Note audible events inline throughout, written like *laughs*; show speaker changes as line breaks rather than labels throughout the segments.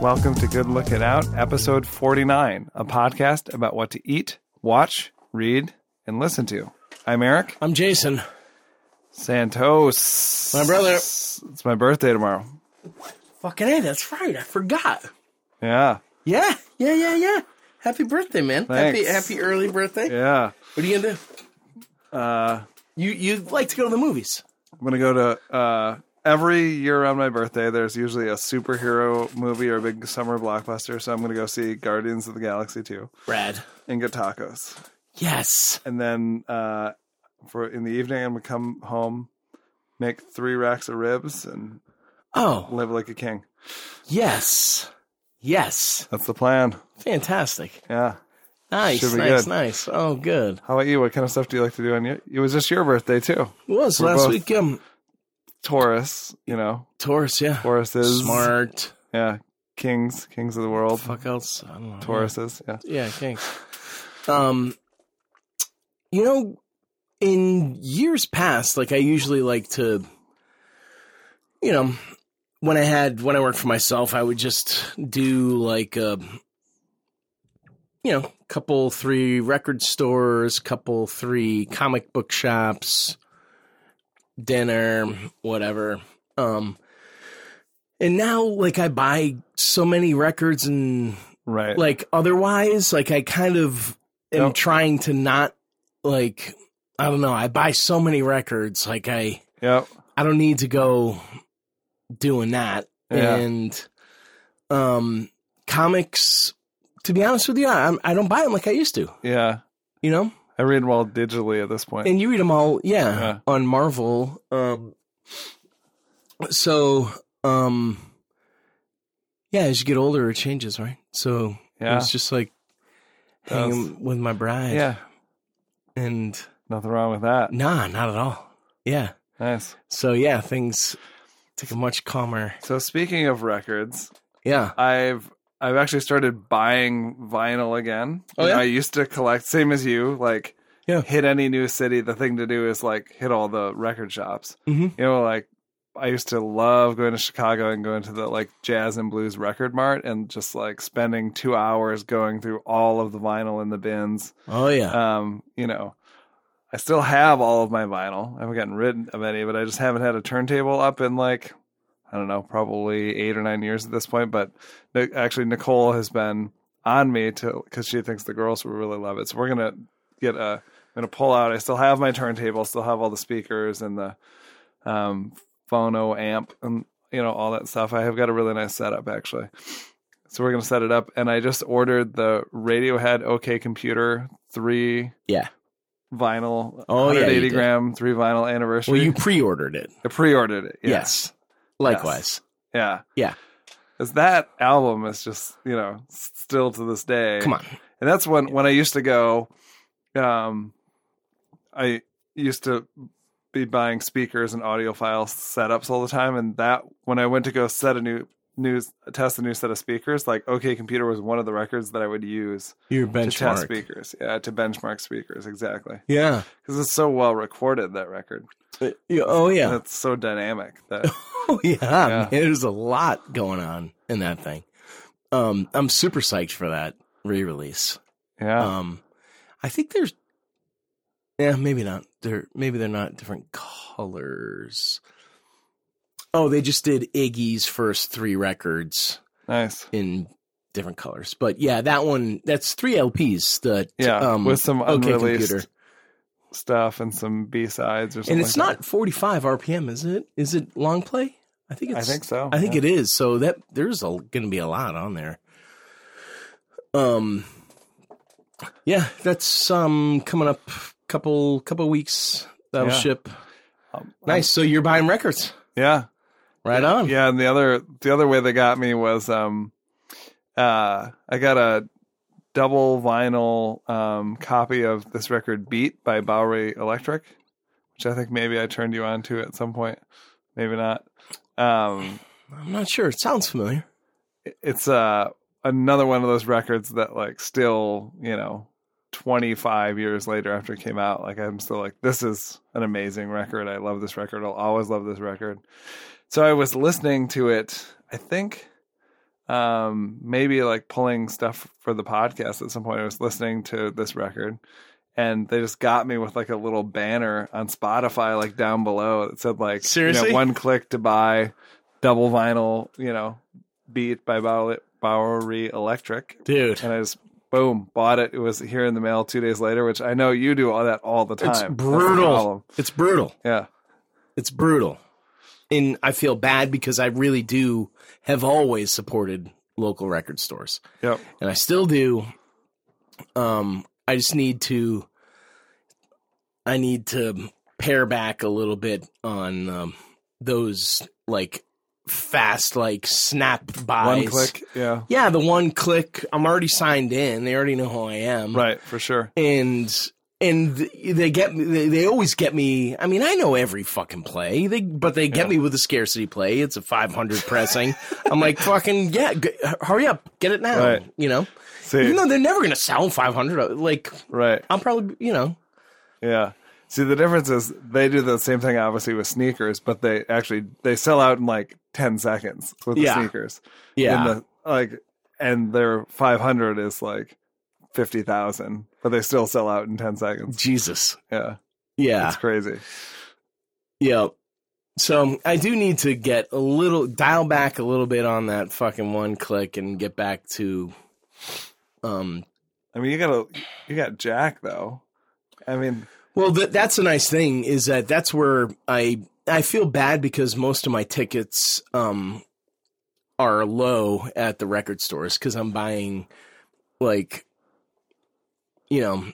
Welcome to Good Look It Out, episode 49, a podcast about what to eat, watch, read, and listen to. I'm Eric
I'm Jason.
Santos.
My brother.
It's my birthday tomorrow.
Fucking hey, that's right. I forgot.
Yeah.
Yeah, yeah, yeah, yeah. Happy birthday, man. Happy
Thanks.
happy early birthday.
Yeah. Uh,
What are you gonna do? Uh you you like to go to the movies.
I'm going to go to uh, every year on my birthday, there's usually a superhero movie or a big summer blockbuster. So I'm going to go see Guardians of the Galaxy 2
Rad.
and get tacos.
Yes.
and then uh, for in the evening I'm gonna come home, make three racks of ribs, and
Oh,
live like a king.
yes. Yes.
That's the plan.
Fantastic.
Yeah.
Nice,
Should be
nice,
good.
nice. Oh good.
How about you? What kind of stuff do you like to do on your? It was just your birthday too.
What was
We're
last
both-
week? Um
Taurus, you know,
Taurus, yeah.
Taurus is
Smart.
Yeah, kings, kings of the world.
Fuck else. I don't know.
Tauruses. Yeah.
Yeah, thanks. Um, you know, in years past, like I usually like to, you know, when I had when I worked for myself, I would just do like a, you know, couple three record stores, couple three comic book shops, dinner, whatever. Um, and now like I buy so many records and
Right.
like otherwise like i kind of am
Nope.
trying to not like i don't know i buy so many records like i
yep.
i don't need to go doing that
Yeah.
and um comics to be honest with you I, I don't buy them like i used to
Yeah.
you know
I read well digitally at this point.
and you read them all yeah,
Yeah.
on marvel um so um yeah as you get older it changes right so it
Yeah.
was just like
That was-
hanging with my bride
Yeah.
and
Nothing wrong with that.
nah not at all yeah
Nice.
so yeah things take a much calmer
So speaking of records,
yeah
I've I've actually started buying vinyl again.
Oh, yeah?
I used to collect same as you, like
Yeah.
hit any new city. The thing to do is like hit all the record shops.
Mhm.
You know, like I used to love going to Chicago and going to the like jazz and blues record mart and just like spending two hours going through all of the vinyl in the bins.
oh yeah
Um, you know. I still have all of my vinyl. I haven't gotten rid of any, but I just haven't had a turntable up in like I don't know, probably eight or nine years at this point. But Ni- actually, Nicole has been on me to because she thinks the girls will really love it. So we're gonna get a I'm gonna pull out. I still have my turntable, still have all the speakers and the um, phono amp and you know all that stuff. I have got a really nice setup actually. So we're gonna set it up, and I just ordered the Radiohead OK Computer three.
Yeah.
Vinyl,
Oh, yeah, you
180
did.
gram, three vinyl anniversary.
well you pre-ordered it
I pre-ordered it. yeah.
yes likewise
Yeah.
Yeah.
Because that album is just, you know, s- still to this day.
come on
And that's when, when I used to go, um, I used to be buying speakers and audiophile setups all the time. And that, when I went to go set a new, new, test a new set of speakers, like OK Computer was one of the records that I would use
your
to test
benchmark
speakers. Yeah. To benchmark speakers. Exactly.
yeah
Because it's so well recorded, that record.
Uh, yeah, oh yeah
And it's so dynamic that,
*laughs* Oh yeah, man,
Yeah.
there's a lot going on in that thing. Um, I'm super psyched for that re-release.
yeah.
Um, I think there's, yeah, maybe not. They're maybe they're not different colors. Oh, they just did Iggy's first three records
nice.
in different colors, but yeah, that one that's three LPs. The
Yeah,
um,
with some
OK
unreleased
computer,
stuff and some B sides or something.
and it's
like
not 45 RPM, is it? Is it long play? I think
that. I
it's
think so.
I think it is. So that there's a going to be a lot on there. Um, yeah, that's um coming up couple couple weeks. That'll
Yeah.
ship.
Um,
Nice. So you're buying records,
Yeah,
right on?
yeah. And the other the other way they got me was um, uh, I got a double vinyl um copy of this record Beat by Bowery Electric, which I think maybe I turned you on to at some point, maybe not. Um,
I'm not sure. It sounds familiar.
it- it's uh another one of those records that like still you know. 25 years later after it came out like i'm still like this is an amazing record i love this record i'll always love this record So I was listening to it, I think um, maybe like pulling stuff for the podcast at some point. I was listening to this record and they just got me with like a little banner on Spotify, like down below that said like you know,
Seriously?
one click to buy double vinyl, you know, beat by Bow- Bowery Electric.
dude.
And I just boom, bought it. It was here in the mail two days later, which I know you do all that all the time.
It's
That's the
brutal.
problem.
It's brutal.
Yeah.
It's brutal. And I feel bad because I really do have always supported local record stores.
Yep.
and I still do. Um, I just need to, I need to pare back a little bit on um, those like fast, like snap buys.
One click. Yeah.
Yeah, the one click. I'm already signed in. They already know who I am.
Right. For sure.
And and they get me. They, they always get me. I mean, I know every fucking play. They but they get me with a scarcity play. It's a 500 pressing. I'm like fucking yeah. G- hurry up, get it now.
Right.
*laughs* You know.
See,
No, they're never going to sell 500. Like,
right.
I'm probably, you know,
Yeah. See, the difference is they do the same thing, obviously, with sneakers, but they actually they sell out in like ten seconds with
Yeah.
the sneakers.
yeah.
And the, like, and their five hundred is like fifty thousand, but they still sell out in ten seconds.
Jesus.
Yeah,
Yeah.
it's crazy.
Yeah. So I do need to get a little, dial back a little bit on that fucking one click and get back to, um,
I mean, you got to you got Jack though. I mean,
well, th- that's a nice thing is that that's where I, I feel bad because most of my tickets, um, are low at the record stores because I'm buying, like, you know,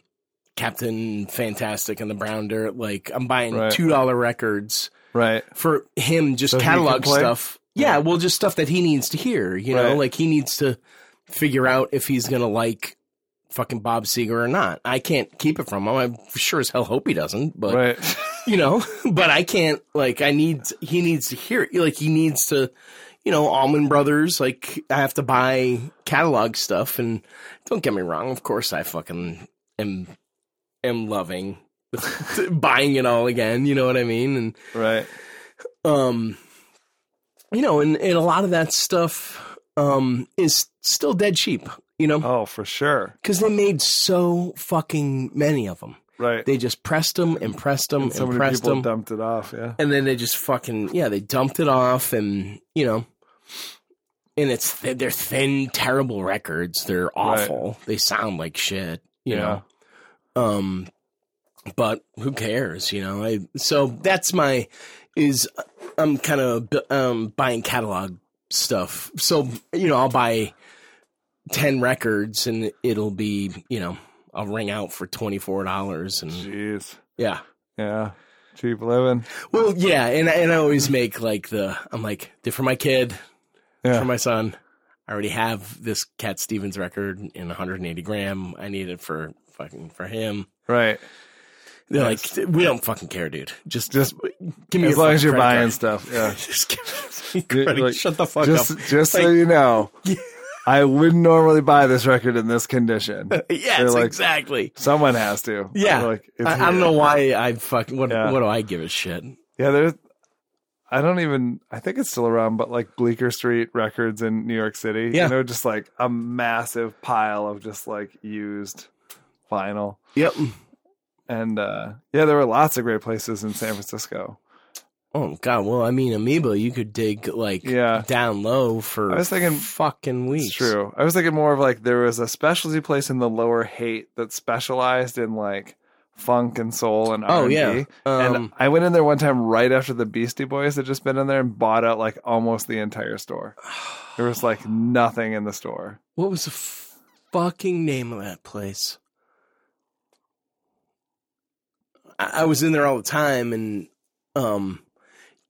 Captain Fantastic and the Brown Dirt. Like I'm buying
Right.
two dollar records
right?
for him, just
So he can
catalog
play?
stuff. Yeah, well, just stuff that he needs to hear. You know,
Right.
like he needs to figure out if he's gonna like fucking Bob Seger or not. I can't keep it from him. I sure as hell hope he doesn't. But
Right?
you know, *laughs* but I can't. Like I need. He needs to hear it. Like he needs to. You know, Almond Brothers. Like I have to buy catalog stuff, and don't get me wrong. Of course, I fucking am am loving *laughs* buying it all again. You know what I mean? And
right?
um you know and, and a lot of that stuff um is still dead cheap you know
Oh, for sure.
because they made so fucking many of them
Right?
they just pressed them and pressed them and,
so many
pressed
people
them
dumped it off. Yeah.
and then they just fucking yeah they dumped it off and you know and it's th- they're thin terrible records they're awful they sound like shit you
yeah.
know um but who cares you know i so that's my is i'm kind of um buying catalog stuff so you know i'll buy 10 records and it'll be you know i'll ring out for $24 and
Jeez.
yeah
Yeah. Cheap living.
well yeah and I- and i always make like the i'm like they're for my kid
Yeah.
for my son i already have this cat stevens record in 180 gram i need it for fucking for him
right.
They're like, we don't fucking care, dude. Just,
Just
give me
as long
your fucking
as you're
credit
buying
card."
stuff. *laughs* Yeah.
Just give *laughs* me
Yeah,
credit.
like,
Shut the fuck
just
up.
just so
Like-
you *laughs* know, I wouldn't normally buy this record in this *laughs* condition.
Yes,
they're like-
exactly.
Someone has to.
Yeah.
They're Like, it's
I, I don't
here.
know why I fucking. What,
Yeah.
what do I give a shit?
Yeah, there's. I don't even. I think it's still around, but like Bleecker Street Records in New York City.
Yeah.
You know, just like a massive pile of just like used vinyl,
Yep.
and uh yeah, there were lots of great places in San Francisco.
Oh god. Well, I mean, Amoeba, you could dig like
Yeah.
down low for.
I was thinking-
fucking weeks.
It's true. I was thinking more of like there was a specialty place in the Lower Haight that specialized in like funk and soul and R
Oh
and
yeah.
B.
Um,
and I went in there one time right after the Beastie Boys had just been in there and bought out like almost the entire store. There was like nothing in the store.
what was the f- fucking name of that place? I, I was in there all the time and um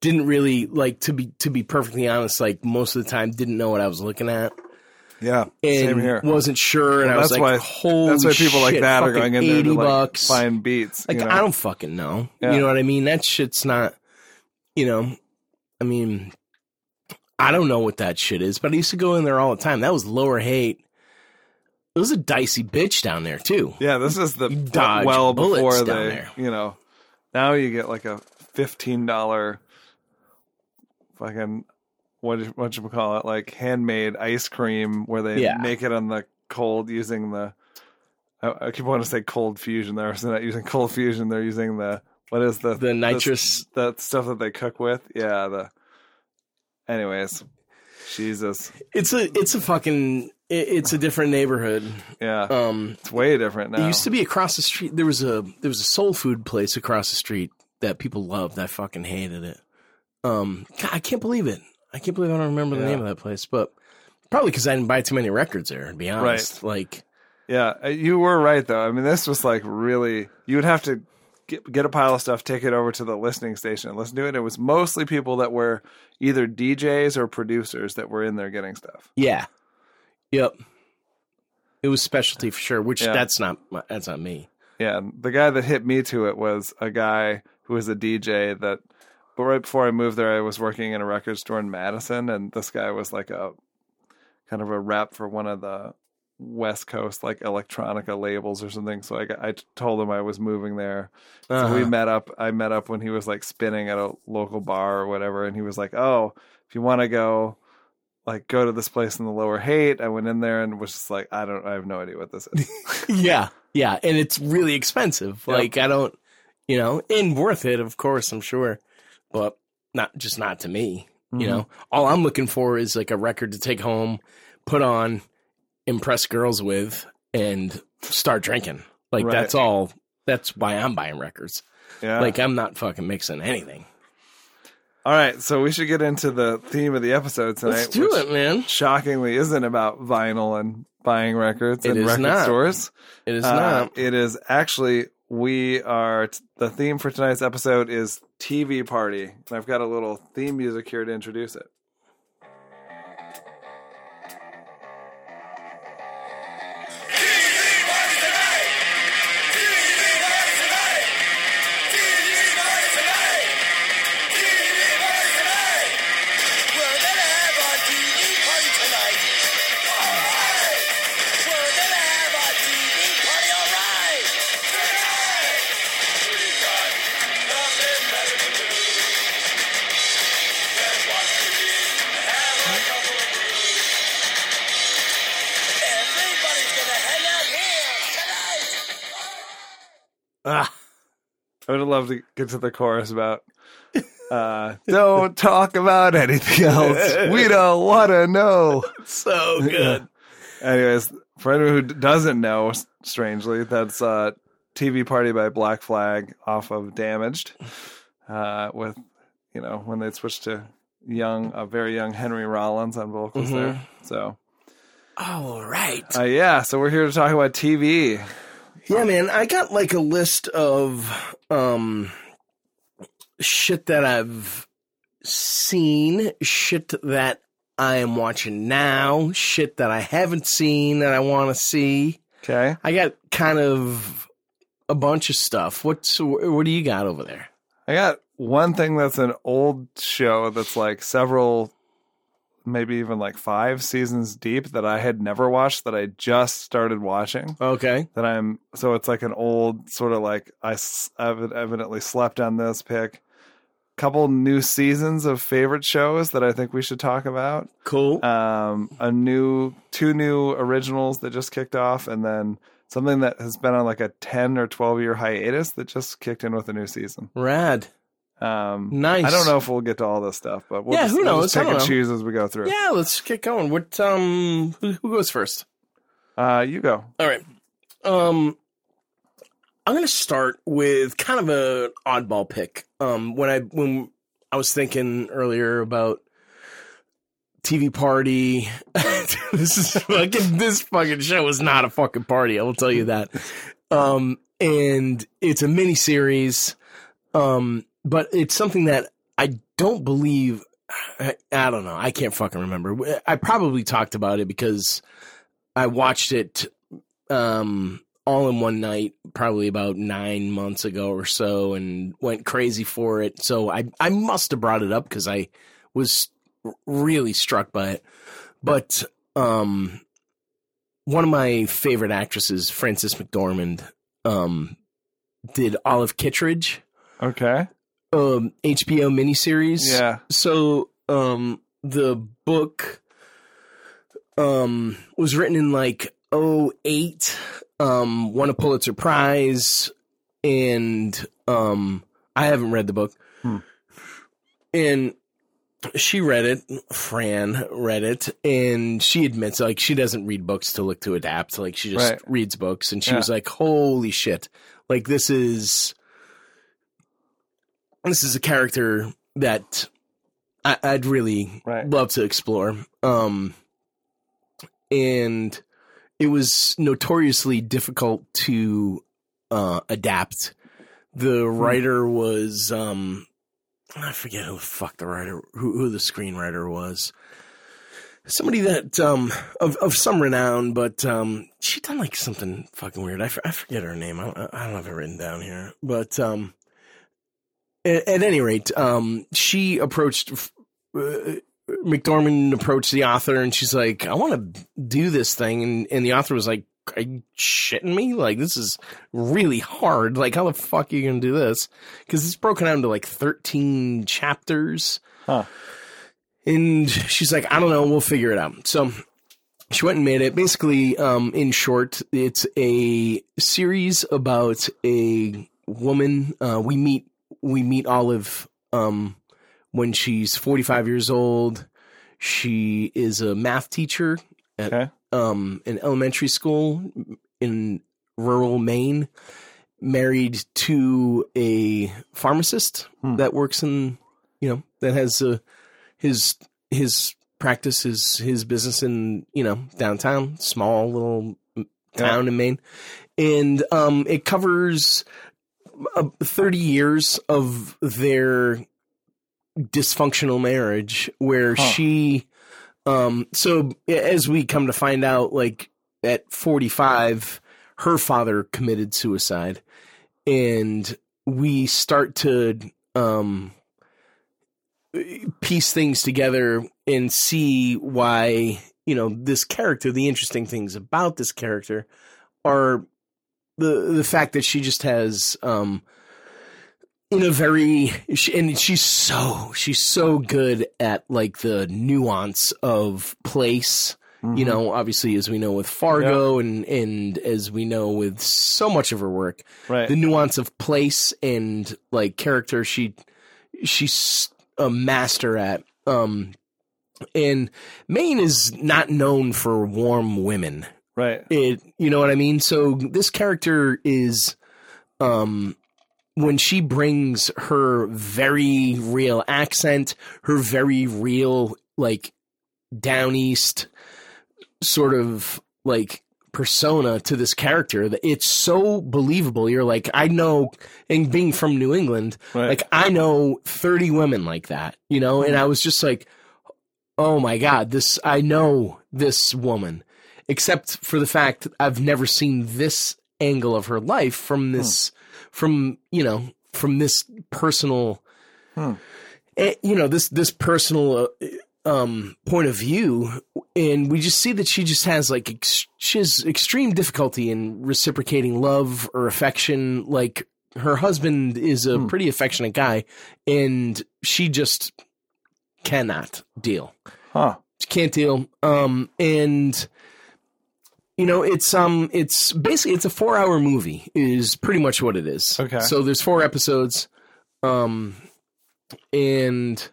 didn't really like to be to be perfectly honest, like most of the time didn't know what I was looking at.
Yeah,
And
same here.
Wasn't sure, and
Well,
I was
that's
like,
why-
"Holy
That's why people like
shit,
that are
fucking
going in there
eighty
to like
bucks."
find beats.
like
you know?
I don't fucking know.
Yeah.
You know what I mean? That shit's not. You know, I mean, I don't know what that shit is, but I used to go in there all the time. That was lower hate. It was a dicey bitch down there too.
yeah, this is the
Dodge
well
bullets
before
down
they.
there.
You know, now you get like a fifteen dollar fucking what what you call it like handmade ice cream where they
Yeah.
make it on the cold using the. I, I keep wanting to say cold fusion. They're obviously not using cold fusion. They're using the what is the
The nitrous.
that stuff that they cook with. Yeah. The. Anyways, Jesus.
It's a it's a fucking it, it's a different neighborhood.
Yeah,
Um,
it's way different now.
It used to be across the street. There was a there was a soul food place across the street that people loved. I fucking hated it. Um, God, I can't believe it. I can't believe I don't remember the
Yeah.
name of that place, but probably because I didn't buy too many records there. To be honest, like
Yeah, uh, you were right though. I mean, this was like really. You would have to get get a pile of stuff, take it over to the listening station, and listen to it. It was mostly people that were either DJs or producers that were in there getting stuff.
yeah, yep. It was specialty for sure. Which
Yeah.
that's not my, that's not me.
Yeah, and the guy that hit me to it was a guy who was a DJ that. But right before I moved there, I was working in a record store in Madison, and this guy was like a kind of a rep for one of the West Coast like electronica labels or something. So I got, I told him I was moving there. So we
*laughs* Uh-huh.
met up. I met up when he was like spinning at a local bar or whatever, and he was like, "Oh, if you want to go, like go to this place in the Lower Haight." I went in there and was just like, "I don't, I have no idea what this is."
yeah, yeah, and it's really expensive.
Yep.
Like I don't, you know, and worth it, of course, I'm sure, but not just not to me. *laughs*
*laughs*
you know all i'm looking for is like a record to take home put on impress girls with and start drinking like
Right. Uh,
that's all that's why i'm buying records
yeah.
like i'm not fucking mixing anything
all right, so we should get into the theme of the episode tonight.
let's do
which
it man
Shockingly, isn't about vinyl and buying records
It
and
is
record
not.
stores.
it is
Uh,
not
It is actually we are t- the theme for tonight's episode is TV party, and I've got a little theme music here to introduce it.
We're gonna have our TV party tonight. Alright! We're gonna have our TV party, alright! Tonight! We've got nothing better to do than watch TV and have a couple of brews. Everybody's gonna hang out here tonight!
Ah,
I would love to get to the chorus about.
*laughs*
Uh, don't talk about anything else. We don't want to know. *laughs*
so good
Anyways, for anyone who doesn't know, s- strangely, that's uh, TV Party by Black Flag off of Damaged, uh, with you know when they switched to young, a very young Henry Rollins on vocals
Mhm.
there. So
all right
uh, yeah, so we're here to talk about TV.
yeah man i got like a list of um shit that i've seen shit that i am watching now shit that i haven't seen that i want to see
Okay,
I got kind of a bunch of stuff. What's what do you got over there?
I got one thing that's an old show that's like several, maybe even like five seasons deep that I had never watched that I just started watching.
Okay.
that I'm so it's like an old sort of like I s- ev- evidently slept on this pick. Couple new seasons of favorite shows that I think we should talk about.
Cool.
Um, a new two new originals that just kicked off, and then something that has been on like a ten or twelve year hiatus that just kicked in with a new season.
Rad.
Um,
Nice.
I don't know if we'll get to all this stuff, but we'll
Yeah,
just,
who
we'll
knows?
just
I
take
don't
and
know.
choose as we go through.
Yeah, let's get going. What um who, who goes first?
Uh, you go.
All right. Um I'm going to start with kind of an oddball pick. Um when I when I was thinking earlier about TV party. *laughs* this is fucking this fucking show is not a fucking party, I will tell you that. Um and it's a mini series um but it's something that I don't believe I, I don't know. I can't fucking remember. I probably talked about it because I watched it um all in one night probably about nine months ago or so and went crazy for it so i i must have brought it up because i was r- really struck by it but um one of my favorite actresses frances mcdormand um did olive kittredge
Okay.
um hbo miniseries
Yeah.
so um the book um was written in like 08 um won a pulitzer prize and um i haven't read the book
Hmm.
and she read it fran read it and she admits like she doesn't read books to look to adapt like she just
Right.
reads books and she
Yeah.
was like holy shit like this is this is a character that I, I'd really
Right.
love to explore. Um, and it was notoriously difficult to uh, adapt. The writer was um, I forget who the fuck the writer who, who the screenwriter was. Somebody that um of of some renown, but um she done like something fucking weird. I, f- I forget her name. I don't, I don't have it written down here, but um at, at any rate, um she approached uh, McDormand approached the author and she's like, I want to do this thing. And, and the author was like, Are you shitting me? Like, this is really hard. Like, how the fuck are you going to do this? Because it's broken down into like 13 chapters.
Huh.
And she's like, I don't know. We'll figure it out. So she went and made it. Basically, um, in short, it's a series about a woman. Uh, we meet, we meet Olive. Um, when she's 45 years old. She is a math teacher at
Okay.
um, an elementary school in rural Maine, married to a pharmacist
Hmm.
that works in, you know, that has uh, his his practice, his, his business in, you know, downtown, small little town in Maine. And um, it covers uh, 30 years of their dysfunctional marriage where
Huh.
she um so as we come to find out like at 45 her father committed suicide and we start to um piece things together and see why you know this character the interesting things about this character are the the fact that she just has um in a very she, and she's so she's so good at like the nuance of place you
Mhm.
know obviously as we know with fargo and and as we know with so much of her work
right?
the nuance of place and like character she she's a master at um and maine is not known for warm women
right.
it you know what i mean so this character is um when she brings her very real accent her very real like down east sort of like persona to this character that it's so believable you're like i know and being from new england
Right. Mm-hmm.
like I know 30 women like that, you know, and I was just like, oh my God, this, I know this woman, except for the fact that I've never seen this angle of her life
Hmm.
from this, from, you know, from this personal,
Hmm.
eh, you know, this, this personal, uh, um, point of view. And we just see that she just has like, ex- she has extreme difficulty in reciprocating love or affection. Like her husband is a
Hmm.
pretty affectionate guy and she just cannot deal
huh.
She can't deal um and you know it's um it's basically it's a four hour movie is pretty much what it is
Okay.
so there's four episodes um and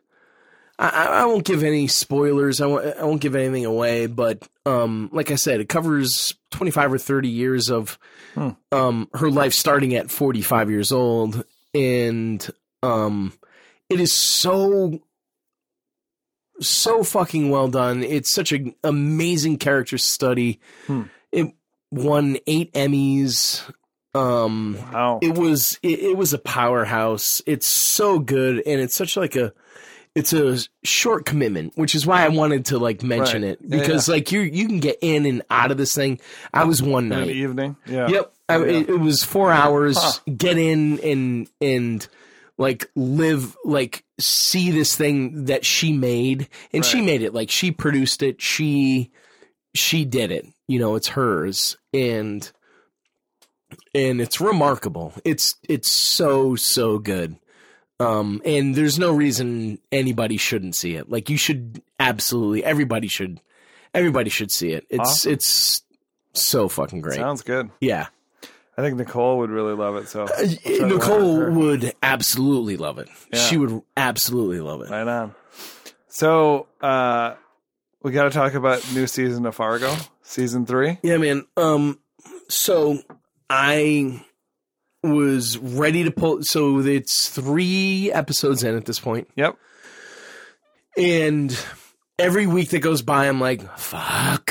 I- I, I won't give any spoilers. I won't, I won't give anything away. But um, like I said, it covers 25 or 30 years of
Hmm.
um, her life starting at 45 years old. And um, it is so, so fucking well done. It's such an amazing character study.
Hmm.
It won eight Emmys. Um,
Wow.
it was it, it was a powerhouse it's so good and it's such like a it's a short commitment which is why i wanted to like mention
Right.
it
Yeah,
because like you you can get in and out of this thing i was one
In
night
the evening. Yeah.
Yep. I,
Yeah.
it, it was four hours.
Huh.
Get in and and like live like see this thing that she made and she
Right.
made it like she produced it she she did it you know it's hers and and it's remarkable it's it's so so good Um, and there's no reason anybody shouldn't see it. Like you should absolutely everybody should everybody should see it. It's
Awesome.
it's so fucking great.
Sounds good.
yeah.
I think Nicole would really love it. So
Uh,
to work
Nicole
her.
would absolutely love it.
Yeah.
She would absolutely love it.
right on. So uh, we got to talk about new season of Fargo, season three.
Yeah, man. Um, so I was ready to pull. So it's three episodes in at this point,
Yep.
and every week that goes by, I'm like, fuck,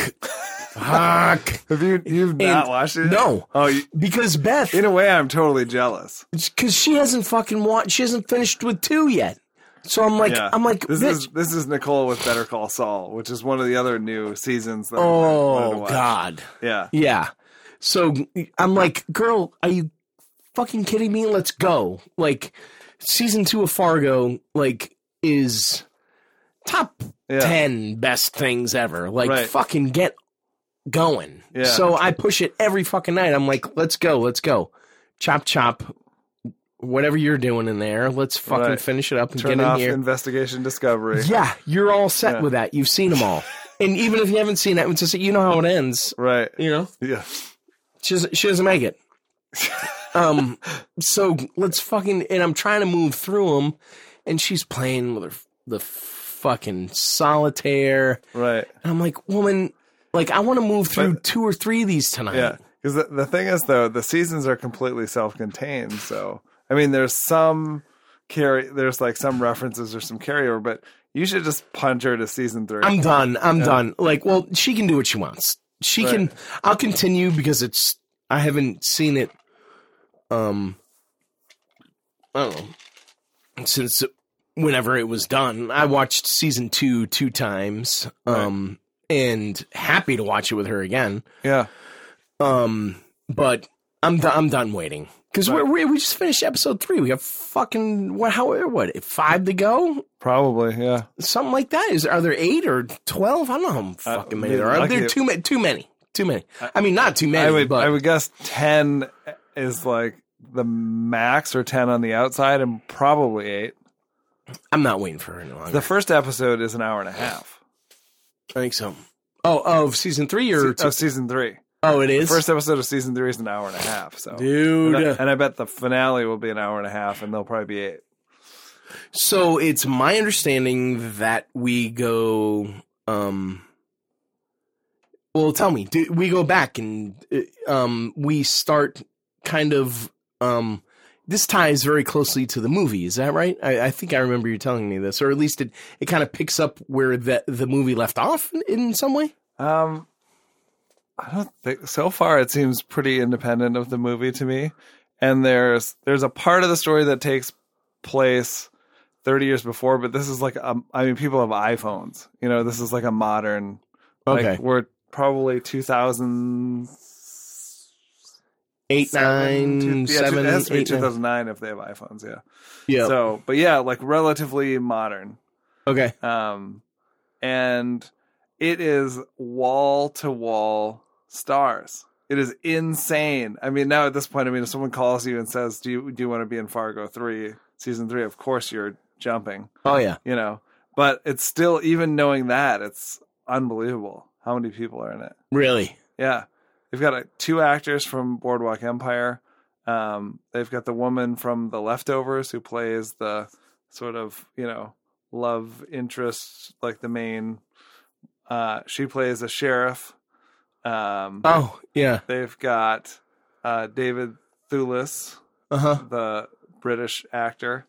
fuck, *laughs*
Have you you've not
And-
watched it?
no.
Oh, you,
because Beth,
in a way, I'm totally jealous.
because she hasn't fucking watched, she hasn't finished with two yet. So I'm like,
Yeah.
I'm like,
this
bitch,
is this is Nicole with Better Call Saul, which is one of the other new seasons. That I wanted to
oh
watch.
god,
Yeah.
yeah. So I'm like, girl, are you fucking kidding me? Let's go. Like season two of Fargo, like is top
Yeah.
ten best things ever. Like
Right.
fucking get going.
Yeah.
So I push it every fucking night. I'm like, let's go, let's go. Chop chop. Whatever you're doing in there, let's fucking
Right.
finish it up and
Turn
get in
off
here.
Investigation Discovery.
*laughs* Yeah, you're all set
Yeah.
with that. You've seen
*laughs*
them all. and even if you haven't seen that, it's just, you know how it ends.
Right.
You know,
Yeah.
she doesn't, she doesn't make it. um, so let's fucking and I'm trying to move through them, and she's playing with her the fucking solitaire,
Right.
and I'm like, woman, like I want to move through
But-
two or three of these tonight.
Yeah. Because the, the thing is, though, the seasons are completely self-contained. So I mean, there's some carry. There's like some references or some carryover, but you should just punch her to season 3
I'm done. I'm done. Like, well, she can do what she wants. She
Right.
can. I'll continue because it's. I haven't seen it. Um. I don't know. Since whenever it was done, I watched season two two times. Um, and happy to watch it with her again.
yeah.
Um, but I'm do- I'm done waiting because
Right.
we we just finished episode three. We have fucking what? How what? Five to go
Probably. Yeah.
something like that. Is are there eight or twelve? I don't know how fucking many there are.
lucky
There are
it-
too many. Too many. Too many. I mean, not too many,
Uh, I would
but
I would guess ten is like the max or ten on the outside, and probably eight.
I'm not waiting for her any longer.
The first episode is an hour and a half
I think so. Oh, oh, of season three or two?
of season three.
oh, it is.
uh, First episode of season three is an hour and a half. So,
Dude.
and I, and I bet the finale will be an hour and a half, and they'll probably be eight.
so it's my understanding that we go. Um. Well, tell me. Do we go back and uh, um we start kind of um. This ties very closely to the movie, is that right? I, I think I remember you telling me this, or at least it, it kind of picks up where the the movie left off in, in some way.
Um, I don't think so far. It seems pretty independent of the movie to me. And there's there's a part of the story that takes place 30 years before, but this is like um, I mean, people have iPhones. You know, this is like a modern.
Okay.
like, we're probably 2000.
Eight, nine,
two- yeah,
seven,
it has to be
eight, nine.
2009 if they have iPhones. Yeah.
Yeah.
So, but yeah, like relatively modern.
okay.
Um, and it is wall to wall stars. It is insane. I mean, now at this point, I mean, if someone calls you and says, "Do you do you want to be in Fargo three, season three? Of course, you're jumping.
Oh yeah.
You know, but it's still even knowing that it's unbelievable how many people are in it.
Really?
Yeah, they've got uh, two actors from Boardwalk Empire. Um, they've got the woman from The Leftovers who plays the sort of you know love interest, like the main. Uh, she plays a sheriff. Um,
Oh yeah.
They've got uh, David Thewlis,
Uh huh.
the British actor,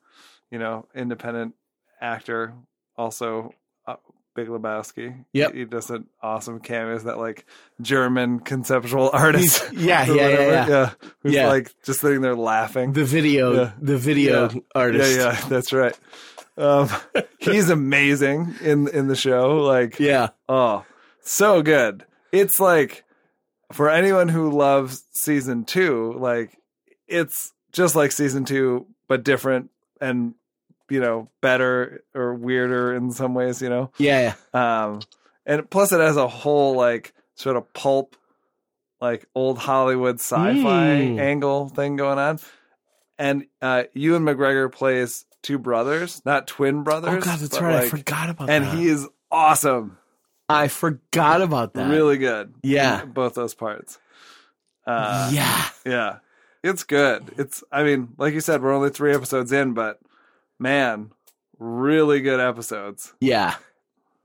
you know, independent actor, also uh, Big Lebowski.
Yep.
He, he does an awesome cameos that like German conceptual *laughs* artist.
Yeah,
or
yeah, yeah,
whatever,
yeah.
Who's
Yeah.
like just sitting there laughing.
The video,
Yeah.
the video artist.
Yeah, yeah, that's right.
*laughs*
Um, he's amazing in in the show. Like,
Yeah.
oh, so good. It's like for anyone who loves season two, like it's just like season two, but different and you know better or weirder in some ways. You know,
Yeah. yeah.
um, and plus it has a whole like sort of pulp, like old Hollywood sci-fi
Mm.
angle thing going on. And uh, Ewan McGregor plays two brothers, not twin brothers.
Oh god, that's
but,
right. I
like-
forgot about
And
that.
he is awesome.
I forgot about that.
Really good.
Yeah.
In both those parts. Uh,
yeah.
Yeah. It's good. It's I mean, like you said, we're only three episodes in, but man, really good episodes.
Yeah.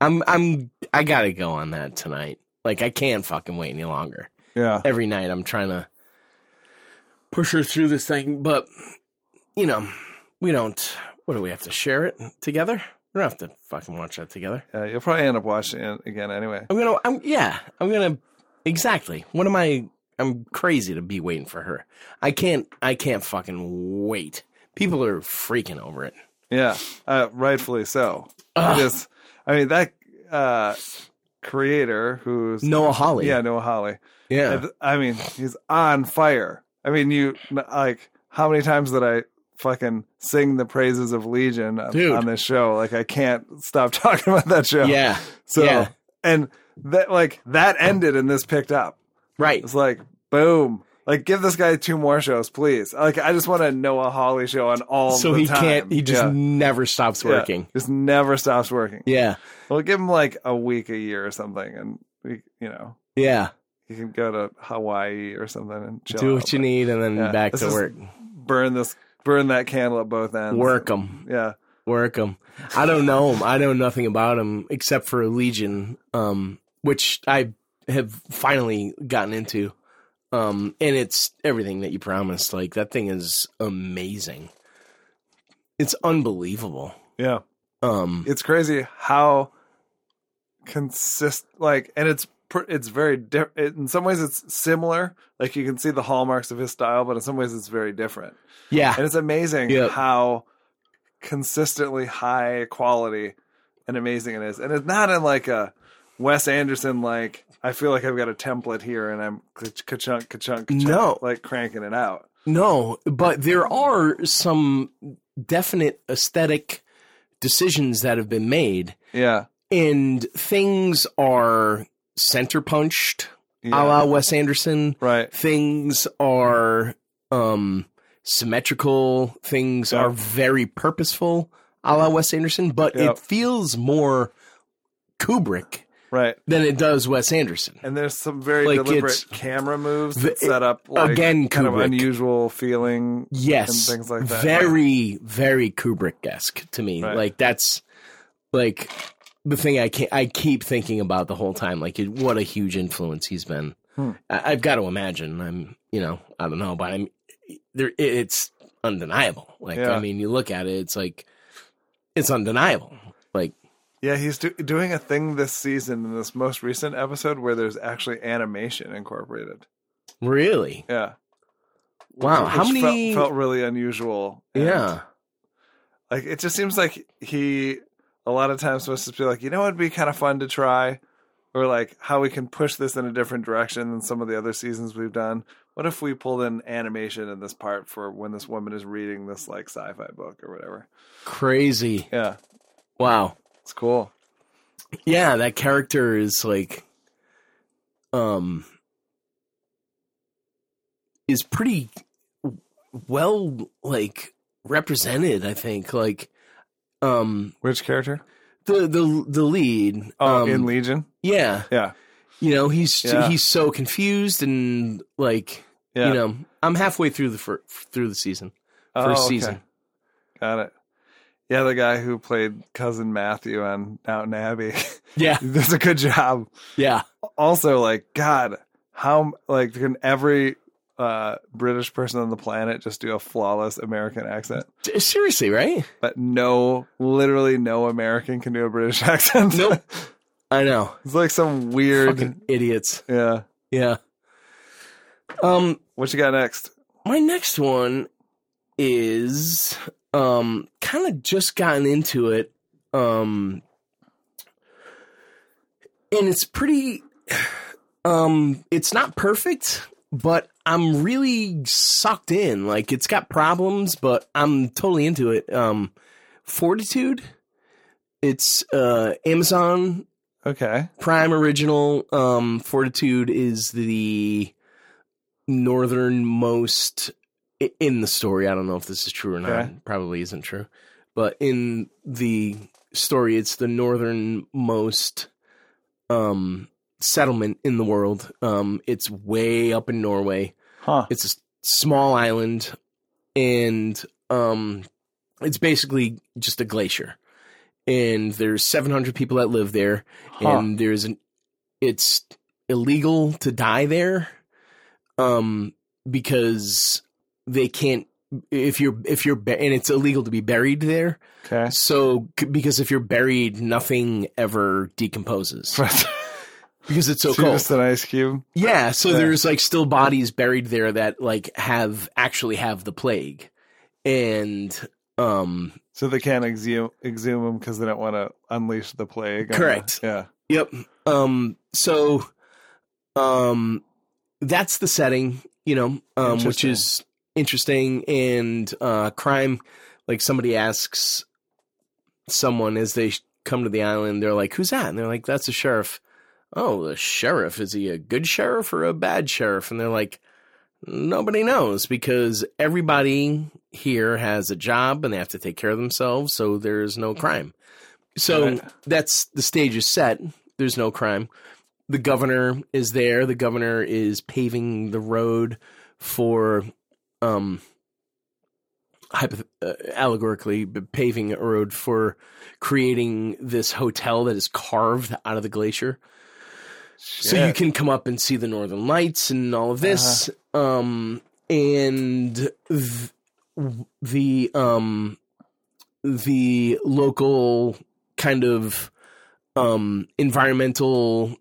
I'm I'm I gotta go on that tonight. Like I can't fucking wait any longer.
Yeah.
Every night I'm trying to push her through this thing, but you know, we don't what do we have to share it together? We don't have to fucking watch that together.
Yeah, Uh, you'll probably end up watching it again anyway.
I'm gonna I'm yeah, I'm gonna exactly. What am I I'm crazy to be waiting for her. I can't I can't fucking wait. People are freaking over it.
Yeah. Uh, rightfully so.
Ugh.
Just I mean that uh creator who's
Noah Holly.
Yeah, Noah Holly.
Yeah.
And, I mean, he's on fire. I mean, you like how many times did I fucking sing the praises of Legion on,
Dude.
on this show? Like, I can't stop *laughs* talking about that show.
Yeah.
So,
yeah.
and that like that ended and this picked up.
Right.
It's like boom. Like, give this guy two more shows, please. Like, I just want a Noah Hawley show on all.
so
the
he
time.
can't he just
Yeah.
never stops
Yeah.
working
Just never stops working.
yeah
Well, give him like a week, a year, or something, and we, you know,
yeah,
you can go to Hawaii or something and chill
do
out,
what you
but-
need and then
Yeah.
back
This
to
is-
work
burn this burn that candle at both ends.
work him
Yeah.
work him i don't know him i know nothing about him except for legion um which i have finally gotten into um and it's everything that you promised like that thing is amazing it's unbelievable
Yeah.
um
It's crazy how consist like and it's pr- it's very different in some ways it's similar like you can see the hallmarks of his style but in some ways it's very different
yeah
and it's amazing
Yep.
how consistently high quality and amazing it is and it's not in like a wes anderson like i feel like i've got a template here and i'm ka-chunk ka-chunk, ka-chunk
No.
like cranking it out
No, but there are some definite aesthetic decisions that have been made,
yeah
and things are center punched,
yeah
a la Wes Anderson.
right
Things are um, symmetrical. Things
Yeah.
are very purposeful, a la Wes Anderson. But
Yeah.
it feels more Kubrick
right
than it does Wes Anderson.
And there's some very
Like,
deliberate
it's-
camera moves
The-
that set up like
again,
kind of
Kubrick.
unusual feeling.
yes
and things like that.
very very kubrick-esque to me
Right.
like that's like the thing i can i keep thinking about the whole time like it, what a huge influence he's been
Hmm.
I, i've got to imagine i'm you know i don't know but i'm there it, it's undeniable like
Yeah.
i mean you look at it it's like it's undeniable like
Yeah, he's do- doing a thing this season in this most recent episode where there's actually animation incorporated.
really
Yeah.
wow
Which
how
felt-
many
felt, really unusual? And,
yeah
like it just seems like he a lot of times must just be like, you know, it'd be kind of fun to try, or like how we can push this in a different direction than some of the other seasons we've done. What if we pulled in animation in this part for when this woman is reading this like sci-fi book or whatever?
crazy
Yeah,
wow
it's cool.
Yeah, that character is like um is pretty well like represented, I think. Like um
Which character?
the the the lead
Oh,
um,
in Legion.
Yeah.
Yeah,
You know, he's
Yeah.
he's so confused and like
yeah.
you know, I'm halfway through the fir- through the season.
Oh,
first
okay.
season.
Got it. Yeah, the guy who played cousin Matthew on Downton Abbey *laughs*
Yeah.
does a good job.
Yeah.
Also, like God, how like can every uh, British person on the planet just do a flawless American accent? *laughs*
Seriously, right?
But no, literally no American can do a British *laughs* accent.
Nope. I know.
it's like some weird.
Fucking idiots.
Yeah.
Yeah. Um
What you got next?
my next one is um kind of just gotten into it um and it's pretty um it's not perfect but i'm really sucked in like it's got problems but i'm totally into it um fortitude it's uh amazon
Okay.
Prime original um, Fortitude is the northernmost i- in the story. I don't know if this is true or not.
Okay.
Probably isn't true. but in the story, it's the northernmost um, settlement in the world. Um, it's way up in Norway.
Huh.
It's a s- small island, and um, it's basically just a glacier. And there's 700 people that live there
Huh.
and there's an it's illegal to die there um because they can't if you're if you're bu- and it's illegal to be buried there
okay. *laughs*
so c- because if you're buried nothing ever decomposes because it's so
So you're
cold
just an ice cube.
yeah, so
Yeah.
there's like still bodies buried there that like have actually have the plague. And um
So they can't exhume exhume them because they don't want to unleash the plague. on the-
Correct.
yeah.
Yep. Um. So, um, that's the setting, you know, um, which
Interesting.
is interesting and uh, crime. Like somebody asks someone as they sh- come to the island, they're like, "Who's that?" And they're like, "That's a sheriff." Oh, the sheriff. Is he a good sheriff or a bad sheriff? And they're like, nobody knows because everybody here has a job and they have to take care of themselves, so there's no crime. So
Right.
that's the stage is set. There's no crime. The governor is there. The governor is paving the road for, um, hypoth- uh, allegorically, but paving a road for creating this hotel that is carved out of the glacier so you
Shit.
can come up and see the northern lights and all of this um and th- the um the local kind of um environmental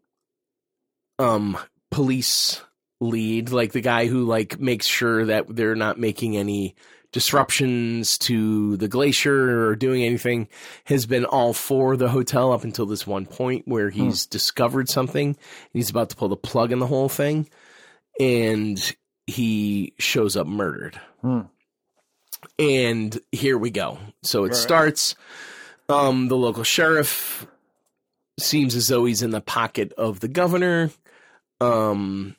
um police lead like the guy who like makes sure that they're not making any disruptions to the glacier or doing anything has been all for the hotel up until this one point where
Hmm.
he's discovered something and he's about to pull the plug in the whole thing and he shows up murdered
Hmm.
and here we go so it
Right.
starts um the local sheriff seems as though he's in the pocket of the governor um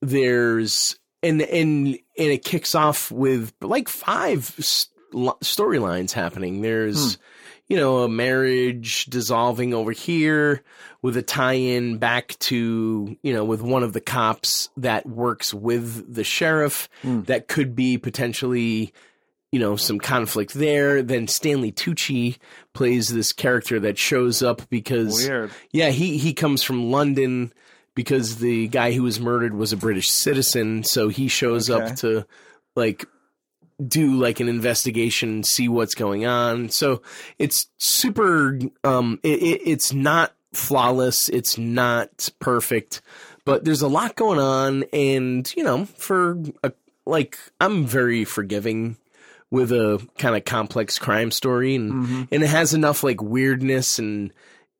there's and and and it kicks off with like five s- lo- storylines happening
Hmm.
there's you know a marriage dissolving over here with a tie-in back to you know with one of the cops that works with the sheriff
Hmm.
that could be potentially you know some conflict there then Stanley Tucci plays this character that shows up because
Weird.
yeah, he he comes from London because the guy who was murdered was a British citizen, so he shows
Okay.
up to like do like an investigation, see what's going on. So it's super um it, it it's not flawless, it's not perfect, but there's a lot going on and you know, for a, like I'm very forgiving with a kind of complex crime story and
Mhm.
and it has enough like weirdness and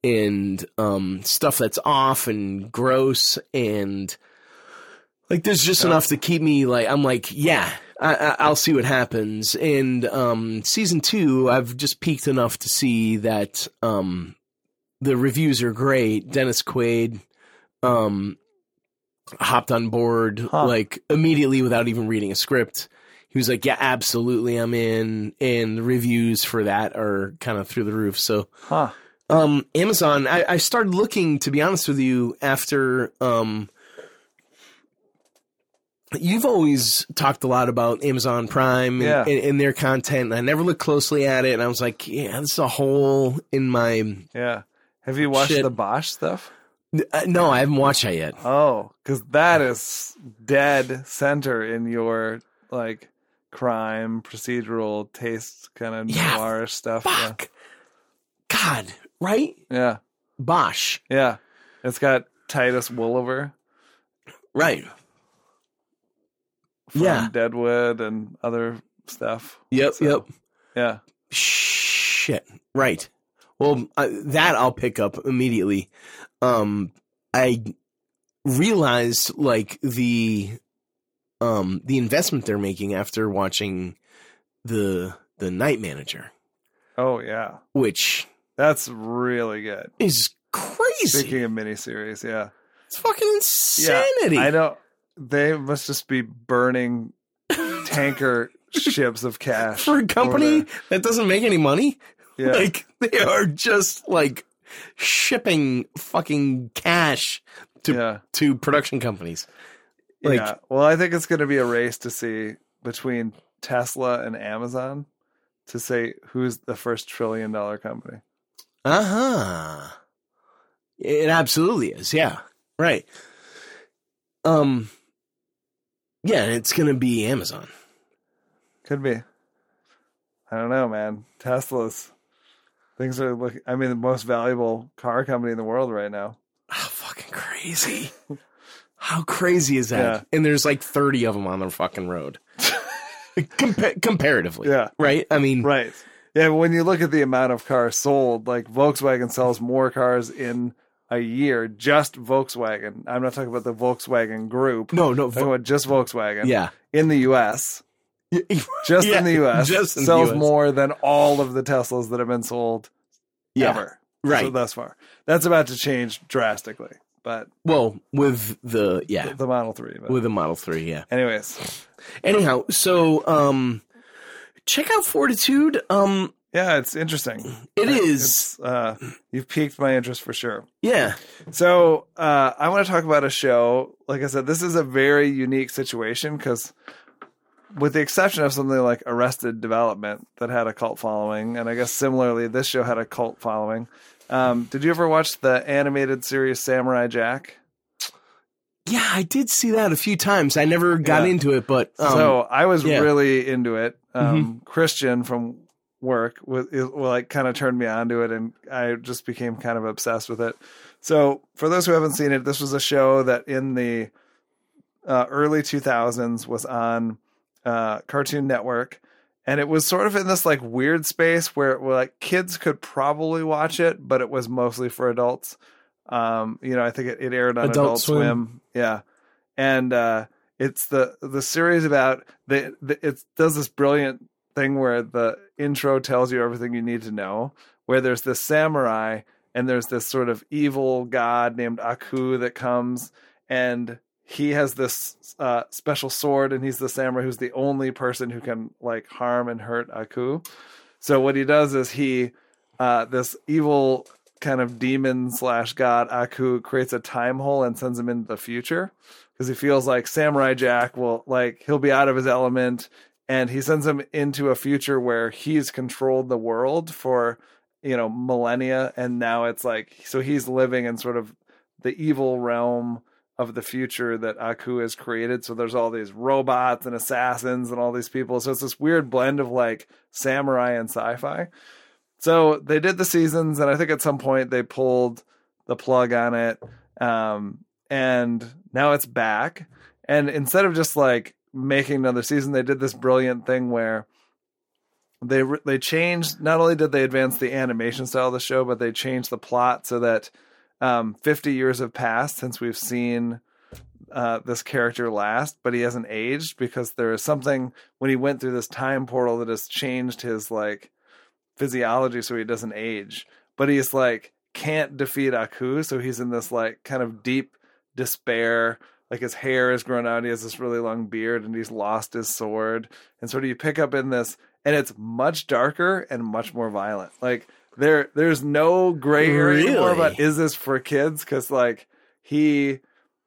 and um stuff that's off and gross and like there's just
Yeah.
enough to keep me like I'm like yeah I, I I'll see what happens and um season 2 I've just peaked enough to see that um the reviews are great Dennis Quaid um hopped on board
Huh.
like immediately without even reading a script he was like, "Yeah, absolutely, I'm in." And the reviews for that are kind of through the roof. So,
Huh.
um, Amazon, I, I started looking to be honest with you after um, you've always talked a lot about Amazon Prime and,
Yeah.
and, and their content, and I never looked closely at it, and I was like, "Yeah, this is a hole in my."
Yeah. Have you watched
Shit.
the Bosch stuff?
Uh, No, I haven't watched that yet.
Oh, because that is dead center in your like crime procedural taste kind of
Yeah.
noir stuff. Yeah.
Fuck, God, right?
Yeah.
Bosh,
Yeah. It's got Titus Wolliver
right?
from
Yeah.
Deadwood and other stuff.
Yep,
So,
yep.
Yeah.
Shit. Right. Well, uh, that I'll pick up immediately. Um, I realized like the um the investment they're making after watching the the Night Manager,
Oh yeah.
which
That's really good.
is crazy.
Speaking of miniseries, yeah.
it's fucking insanity. *laughs*
I don't they must just be burning tanker ships of cash
for a company
over
that doesn't make any money.
there. Yeah.
*laughs* Like they are just like shipping fucking cash to
yeah.
to production companies. Like
yeah. Well, I think it's going to be a race to see between Tesla and Amazon to say who's the first trillion dollar company.
Uh-huh. It absolutely is. Yeah. Right. Um Yeah, and it's going to be Amazon.
Could be. I don't know, man. Tesla's things are look. I mean, the most valuable car company in the world right now.
How fucking crazy. How crazy is that? And there's like 30 of them on the
*laughs*
fucking road. Compa- comparatively.
Yeah.
Right? I mean,
Right. Yeah. but When you look at the amount of cars sold, like Volkswagen sells more cars in a year, just Volkswagen. I'm not talking about the Volkswagen group.
no, no.
I'm talking about just Volkswagen.
yeah.
In the U.S. Just
Yeah,
in the U.S.
just in the
sells
US.
more than all of the Teslas that have been sold
Yeah.
ever.
Right.
So thus far, that's about to change drastically. But
well, with the yeah,
the Model Three. But
with the Model 3, yeah.
anyways,
Anyhow, so um check out Fortitude. Um
yeah, it's interesting.
it is
It's, uh, you've piqued my interest for sure.
yeah.
So uh, I want to talk about a show. Like I said, this is a very unique situation because, with the exception of something like Arrested Development that had a cult following, and I guess similarly, this show had a cult following. Um, did you ever watch the animated series Samurai Jack?
Yeah, I did see that a few times. I never got
Yeah.
into it, but um,
so I was
yeah. Mm-hmm.
really into it. Um, Christian from work was is- well, like kind of turned me onto it, and I just became kind of obsessed with it. So for those who haven't seen it, this was a show that in the uh, early 2000s was on uh, Cartoon Network, and it was sort of in this like weird space where, where like kids could probably watch it, but it was mostly for adults. Um, you know, I think it, it aired on Adult,
Adult
Swim.
Swim.
yeah, and uh, it's the the series about the, the it does this brilliant thing where the intro tells you everything you need to know. Where there's this samurai and there's this sort of evil god named Aku that comes and he has this uh, special sword and he's the samurai who's the only person who can like harm and hurt Aku. So what he does is he uh, this evil kind of demon slash god Aku creates a time hole and sends him into the future because he feels like Samurai Jack will like he'll be out of his element and he sends him into a future where he's controlled the world for you know millennia and now it's like so he's living in sort of the evil realm of the future that Aku has created so there's all these robots and assassins and all these people so it's this weird blend of like samurai and sci-fi so they did the seasons and I think at some point they pulled the plug on it um and now it's back and instead of just like making another season they did this brilliant thing where they re- they changed not only did they advance the animation style of the show but they changed the plot so that um 50 years have passed since we've seen uh, this character last, but he hasn't aged because there is something when he went through this time portal that has changed his like physiology so he doesn't age. But he's like can't defeat Aku, so he's in this like kind of deep despair. Like his hair is grown out, he has this really long beard, and he's lost his sword. And sort of you pick up in this, and it's much darker and much more violent. Like there, there's no gray area anymore
Really?
about is this for kids? Because like he,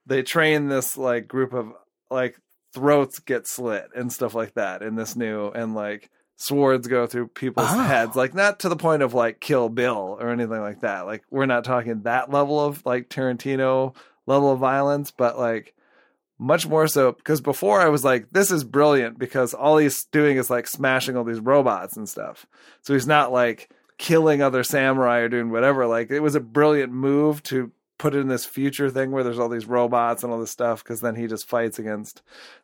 they train this like group of like throats get slit and stuff like that in this new and like swords go through people's
Oh.
heads like not to the point of like kill bill or anything like that like we're not talking that level of like tarantino level of violence but like much more so because before i was like this is brilliant because all he's doing is like smashing all these robots and stuff so he's not like killing other samurai or doing whatever like it was a brilliant move to put in this future thing where there's all these robots and all this stuff because then he just fights against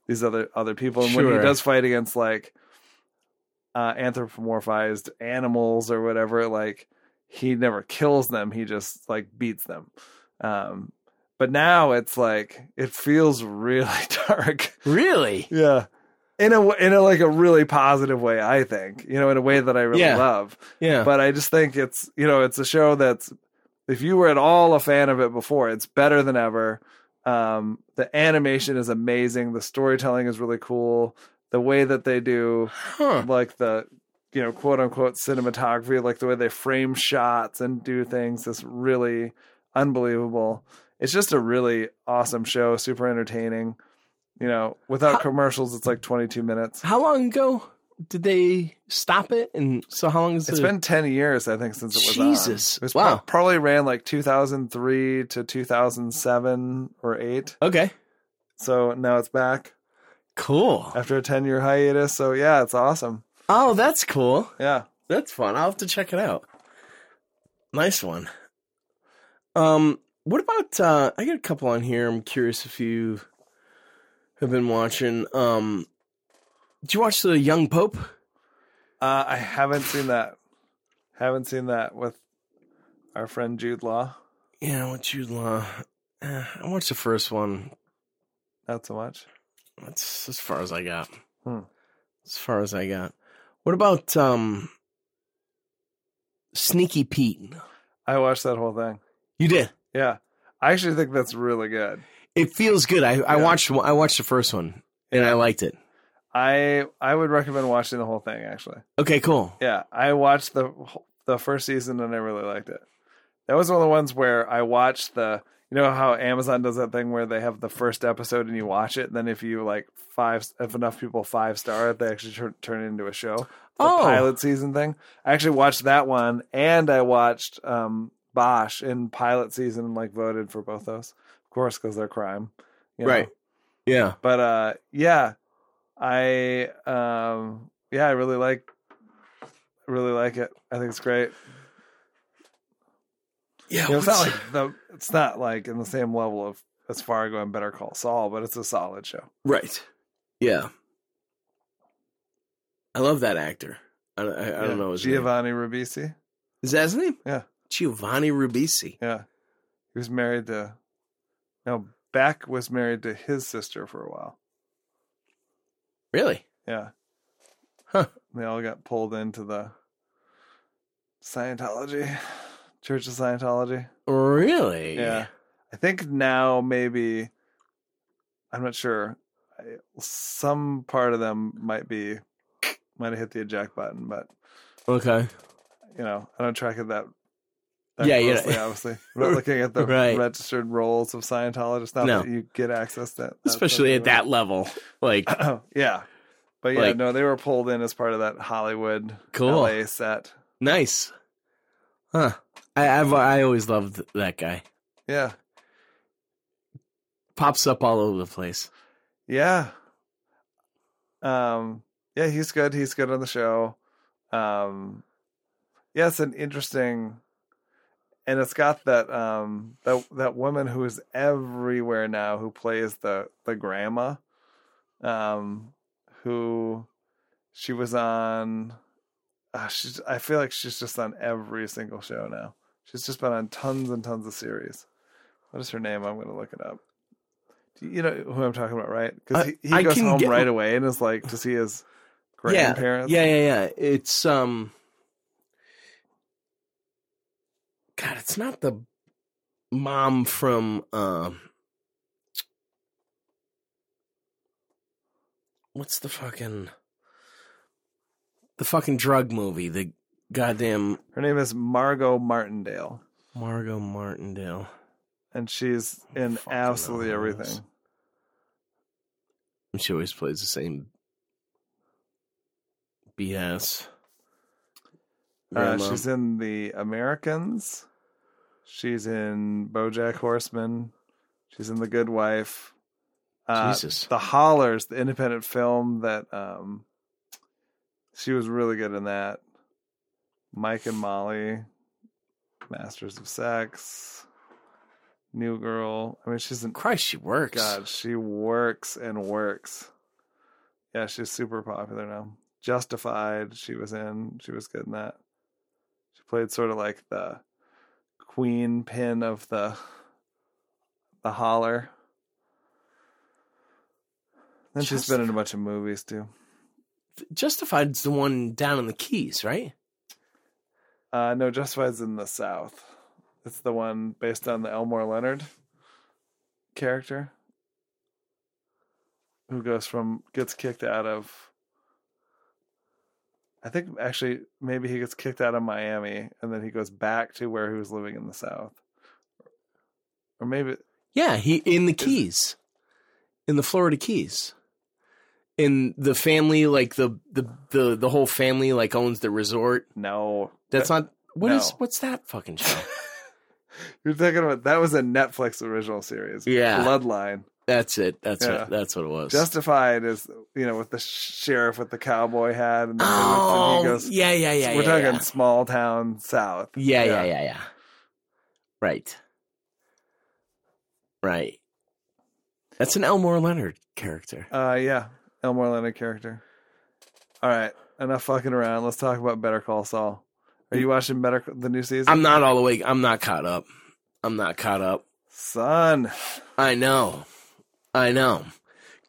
these other other people and when he
Sure.
does fight against like uh, anthropomorphized animals or whatever like he never kills them he just like beats them um but now it's like it feels really *laughs* dark
really,
yeah in a w- in a like a really positive way i think you know in a way that i really
Yeah.
love
yeah,
but I just think it's you know it's a show that's if you were at all a fan of it before, it's better than ever. Um, the animation is amazing. The storytelling is really cool. the way that they do
Huh.
like the you know quote unquote cinematography like the way they frame shots and do things is really unbelievable it's just a really awesome show super entertaining you know without
How-
commercials it's like 22 minutes
How long ago did they stop it? And so how long is
it's
it?
been 10 years i think since it was on.
Jesus.
it was
Wow.
pro- probably ran like 2003 to 2007 or 8
okay.
so now it's back
Cool.
after a 10 year hiatus so yeah it's awesome
Oh, that's cool.
yeah
That's fun. I'll have to check it out. Nice one. Um, what about uh I got a couple on here. I'm curious if you have been watching. Um Did you watch the Young Pope?
Uh, I haven't seen that. Haven't seen that with our friend Jude Law.
Yeah, I watched Jude Law. Eh, I watched the first one.
Not so much.
That's as far as I got.
Hmm.
As far as I got. What about um Sneaky Pete?
I watched that whole thing.
You did.
Yeah, I actually think that's really good.
It feels good. I, I
Yeah.
watched one- I watched the first one and I liked it.
I I would recommend watching the whole thing. Actually,
Okay, cool.
yeah, I watched the wh- the first season and I really liked it. That was one of the ones where I watched the. You know how Amazon does that thing where they have the first episode and you watch it, and then if you like five, if enough people five star, it, they actually turn, turn it into a show. the pilot season thing. I actually watched that one, and I watched um, Bosch in pilot season, and like voted for both those, of course, because they're crime, you know.
Right. Yeah.
But uh, yeah, I um, yeah, I really like, really like it. I think it's great.
Yeah.
You know, it's not like the, it's not like in the same level of as Fargo and Better Call Saul, but it's a solid show.
right. Yeah. I love that actor. I, I, I
Yeah.
don't know his name.
Giovanni Ribisi.
Is that his name?
Yeah.
Giovanni Ribisi.
Yeah, he was married to. No, Beck was married to his sister for a while.
Really?
Yeah.
Huh.
They all got pulled into the Scientology, Church of Scientology.
Really?
Yeah. I think now maybe, I'm not sure, I, some part of them might be, might have hit the eject button, but,
Okay.
you know, I don't track it that. that
Yeah, you
closely,
know. *laughs*
obviously. I'm not looking at the
Right.
registered roles of Scientologists. Not
No.
that you get access to that.
Especially at that level.
*coughs*
Like,
*clears throat* yeah. But yeah,
Like-
no, they were pulled in as part of that Hollywood
Cool.
LA set.
nice. Huh. I, I've I always loved that guy.
Yeah.
Pops up all over the place.
Yeah. Um yeah, he's good. He's good on the show. Um yeah, it's an interesting and it's got that um that that woman who is everywhere now who plays the the grandma um who she was on uh, she's I feel like she's just on every single show now. She's just been on tons and tons of series. What is her name? I'm going to look it up. Do You know who I'm talking about, right? Because
I-
he, he
I
goes
can
home
get-
right away and is like to see his grandparents.
Yeah, yeah, yeah. It's um God, it's not the mom from um What's the fucking the fucking drug movie, the goddamn
Her name is Margot Martindale,
Margot Martindale.
and she's in
Fucking
absolutely
hell,
everything.
yes. She always plays the same BS.
Uh,
grandma.
she's in The Americans. She's in BoJack Horseman. She's in The Good Wife. Uh,
Jesus.
The Hollers, the independent film that um, she was really good in that. Mike and Molly, Masters of Sex, New Girl. I mean, she's an
Christ, she works.
God, she works and works. Yeah, she's super popular now. Justified, she was in. She was good in that. She played sort of like the queen pin of the the holler. Then she's been in a bunch of movies too.
Justified's the one down in the Keys, right?
Uh no, Justified's in the South. It's the one based on the Elmore Leonard character. who goes from gets kicked out of. I think actually maybe he gets kicked out of Miami and then he goes back to where he was living in the South, or maybe
Yeah, he in the Keys, in the Florida Keys, in the family like the the the the whole family like owns the resort.
no.
That's not what is
no.
what's that fucking show?
*laughs* You're talking about that was a Netflix original series.
Yeah.
Bloodline.
that's it. That's
Yeah.
what that's what it was.
Justified is you know with the sheriff with the cowboy hat and the
oh,
boots, and he goes.
yeah, yeah, yeah.
we're
yeah,
talking small town South.
Yeah. Yeah, yeah, yeah, yeah. Right. Right. That's an Elmore Leonard character.
Uh, yeah, Elmore Leonard character. All right, enough fucking around. Let's talk about Better Call Saul. Are you watching Better the new season?
I'm not all the way. I'm not caught up. I'm not caught up.
Son,
I know. I know.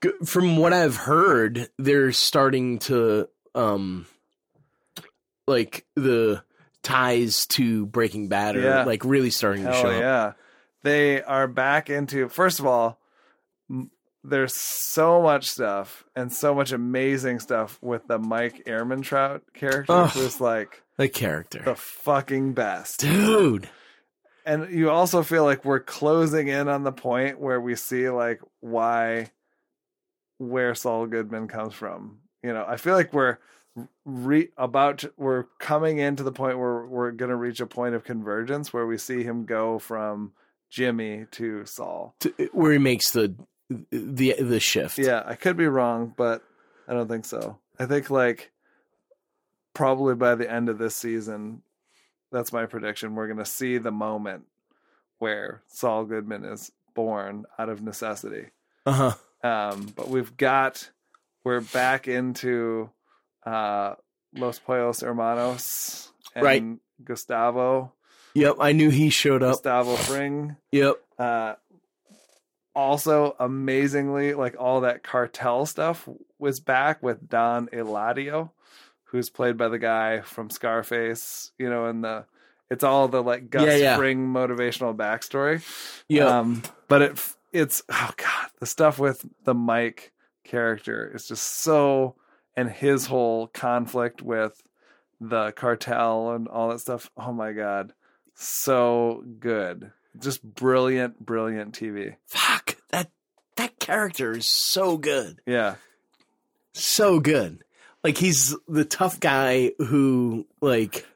G- From what I've heard, they're starting to um like the ties to Breaking Bad are
Yeah.
like really starting to show
hell
up.
yeah, they are back into. First of all, m- there's so much stuff and so much amazing stuff with the Mike Ehrmantraut character,
Ugh.
who's like
The character.
the fucking best.
Dude.
and you also feel like we're closing in on the point where we see like why where Saul Goodman comes from. You know, I feel like we're re- about to, we're coming into the point where we're going to reach a point of convergence where we see him go from Jimmy to Saul.
T- Where he makes the the the shift.
Yeah, I could be wrong, but I don't think so. I think like probably by the end of this season, that's my prediction. We're gonna see the moment where Saul Goodman is born out of necessity.
Uh-huh.
Um, but we've got we're back into uh Los Pollos Hermanos and
Right. Oh.
Gustavo
Yep, I knew he showed up.
Gustavo Fring
Yep.
uh also amazingly like all that cartel stuff was back with don eladio who's played by the guy from scarface you know and the it's all the like gus
Yeah, yeah.
spring motivational backstory
Yep.
um but it it's oh god the stuff with the mike character is just so and his whole conflict with the cartel and all that stuff oh my god so good just brilliant brilliant tv
Fuck. That that character is so good.
yeah
So good. Like he's the tough guy who like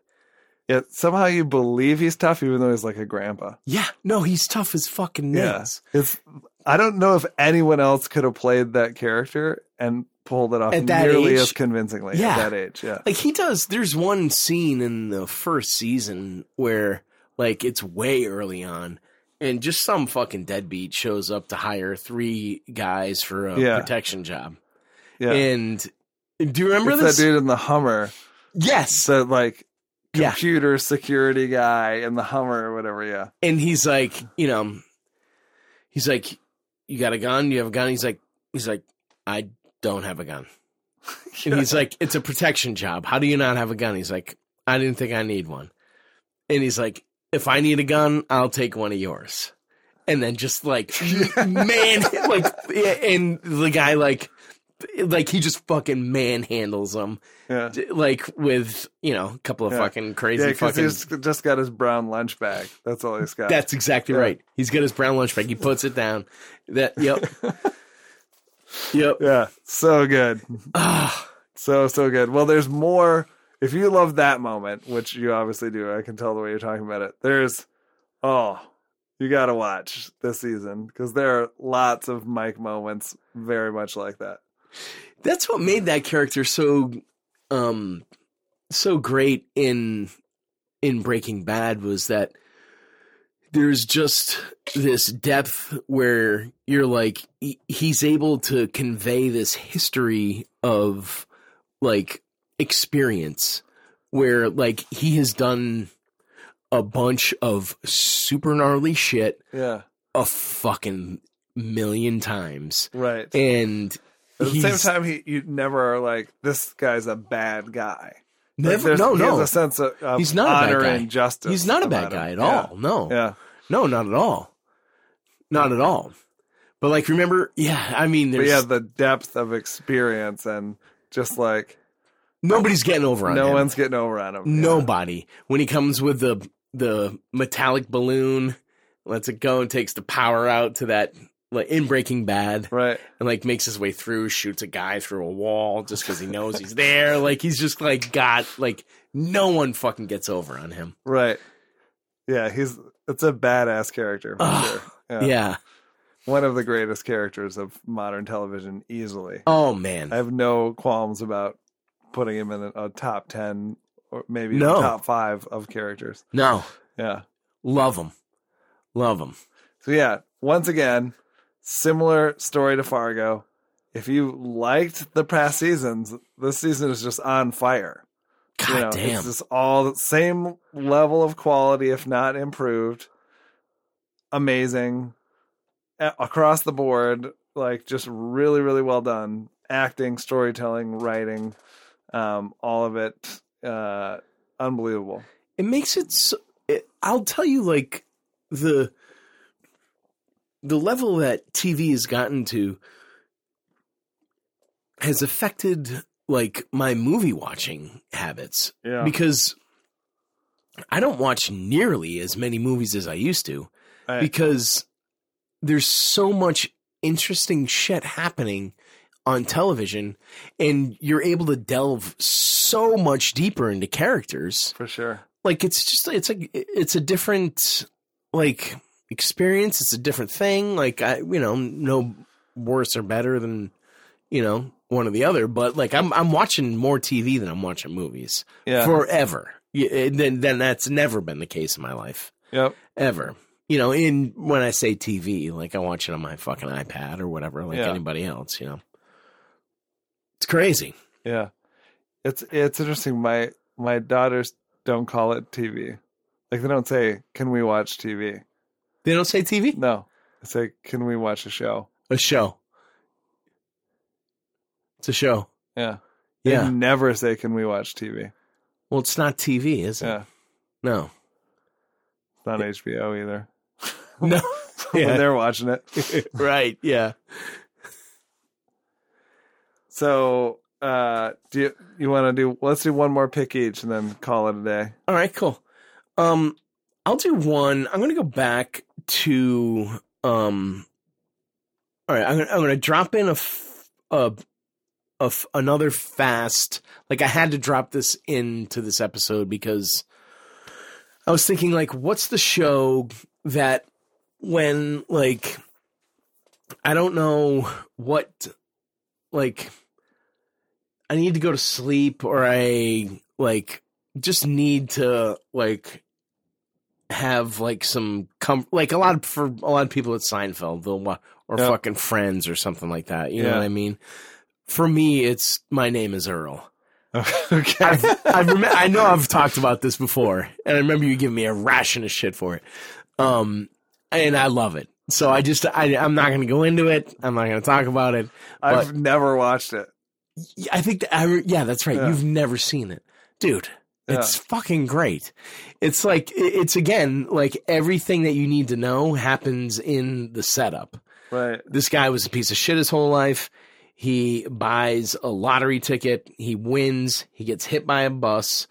yeah somehow you believe he's tough even though he's like a grandpa
Yeah, no, he's tough as fucking nails.
yeah it's i don't know if anyone else could have played that character and pulled it off
At that
nearly
age?
as convincingly
Yeah.
at that age yeah
Like he does. There's one scene in the first season where like it's way early on, and just some fucking deadbeat shows up to hire three guys for a
Yeah.
protection job.
yeah
And do you remember
It's
this?
that dude in the hummer
Yes.
So like
Yeah.
computer security guy in the Hummer or whatever. Yeah.
and he's like, you know, he's like, you got a gun? You have a gun? He's like, he's like, I don't have a gun.
*laughs*
And *laughs* he's like, it's a protection job. How do you not have a gun? He's like, I didn't think I need one. And he's like, if I need a gun, I'll take one of yours. And then
*laughs*
just like, man, like, and the guy like, like he just fucking manhandles him,
Yeah.
like with you know a couple of
Yeah.
fucking crazy
Yeah, because
fucking.
he's just got his brown lunch bag. That's all he's got.
That's exactly
Yeah.
right. He's got his brown lunch bag. He puts it down. That yep. yep.
yeah, so good,
Ah,
so so good. Well, there's more. If you love that moment, which you obviously do, I can tell the way you're talking about it. There's, oh, you got to watch this season because there are lots of Mike moments very much like that.
that's what made that character so um so great in in Breaking Bad was that there's just this depth where you're like he- he's able to convey this history of like experience where like he has done a bunch of super gnarly shit
Yeah,
a fucking million times
right.
and
At the same
he's
time, he you never are like this guy's a bad guy. Like,
never
there's-
no
he has
no
a sense of, of
He's not a bad
honor
guy.
and justice.
He's not a
about
bad
him.
guy at
Yeah.
all. No,
Yeah,
no, not at all. Not at all. But like, remember? Yeah, I mean,
But
there's
yeah, the depth of experience and just like
nobody's getting over on
no
him.
one's getting over on him.
Nobody. When he comes with the the metallic balloon, lets it go and takes the power out to that like in Breaking Bad,
Yeah. Right.
and like makes his way through, shoots a guy through a wall just because he knows he's there. *laughs* Like he's just like got like no one fucking gets over on him.
Right. Yeah, he's it's a badass character for
Ugh,
sure.
Yeah.
One of the greatest characters of modern television easily.
Oh man.
I have no qualms about putting him in a, a top 10 or maybe
No.
top 5 of characters.
no.
Yeah.
Love him. Love him.
So yeah, once again, similar story to Fargo. If you liked the past seasons, this season is just on fire.
God
you know,
damn.
it's just all the same level of quality, if not improved. Amazing A- across the board, like just really, really well done. Acting, storytelling, writing, um, all of it, uh, unbelievable.
it makes it so it, i'll tell you like the the level that tv has gotten to has affected like my movie watching habits
Yeah,
because i don't watch nearly as many movies as i used to
Right.
because there's so much interesting shit happening on television and you're able to delve so much deeper into characters
for sure.
like it's just it's a it's a different like experience it's a different thing like i you know no worse or better than you know one or the other but like i'm i'm watching more tv than i'm watching movies
Yeah.
forever Yeah, and then then that's never been the case in my life
yep.
ever you know in when i say tv like i watch it on my fucking ipad or whatever like
Yeah.
anybody else you know it's crazy
Yeah. It's it's interesting. My my daughters don't call it TV. Like they don't say, "Can we watch TV?"
they don't say tv
No, they say, "Can we watch a show?"
a show it's a show
Yeah. They
yeah
never say, "Can we watch TV?"
Well, it's not TV, is it?
Yeah. *laughs*
No.
It's not HBO either. *laughs*
No.
When
Yeah.
they're watching it.
*laughs* right. Yeah.
So, uh, do you you want to do? Let's do one more pick each, and then call it a
*laughs*
day.
All right. Cool. Um, I'll do one. I'm gonna go back to um. All right. I'm gonna I'm gonna drop in a f- a a f- another fast. Like I had to drop this into this episode because I was thinking like, what's the show that when like I don't know what like I need to go to sleep or I like just need to like have like some com- like a lot of, for a lot of people at Seinfeld they'll wa- or
Yeah.
fucking friends or something like that. You know
Yeah.
what I mean? For me, it's my name is Earl.
*laughs* okay.
I've, I've rem- I know I've talked about this before, and I remember you giving me a ration of shit for it. Um, and I love it. So I just I, I'm not going to go into it. I'm not going to talk about it.
I've never watched it.
Yeah, I think that I re- yeah, that's right.
Yeah.
You've never seen it, dude. It's fucking great. It's like it- it's again like everything that you need to know happens in the setup.
Right.
This guy was a piece of shit his whole life. He buys a lottery ticket. He wins. He gets hit by a bus.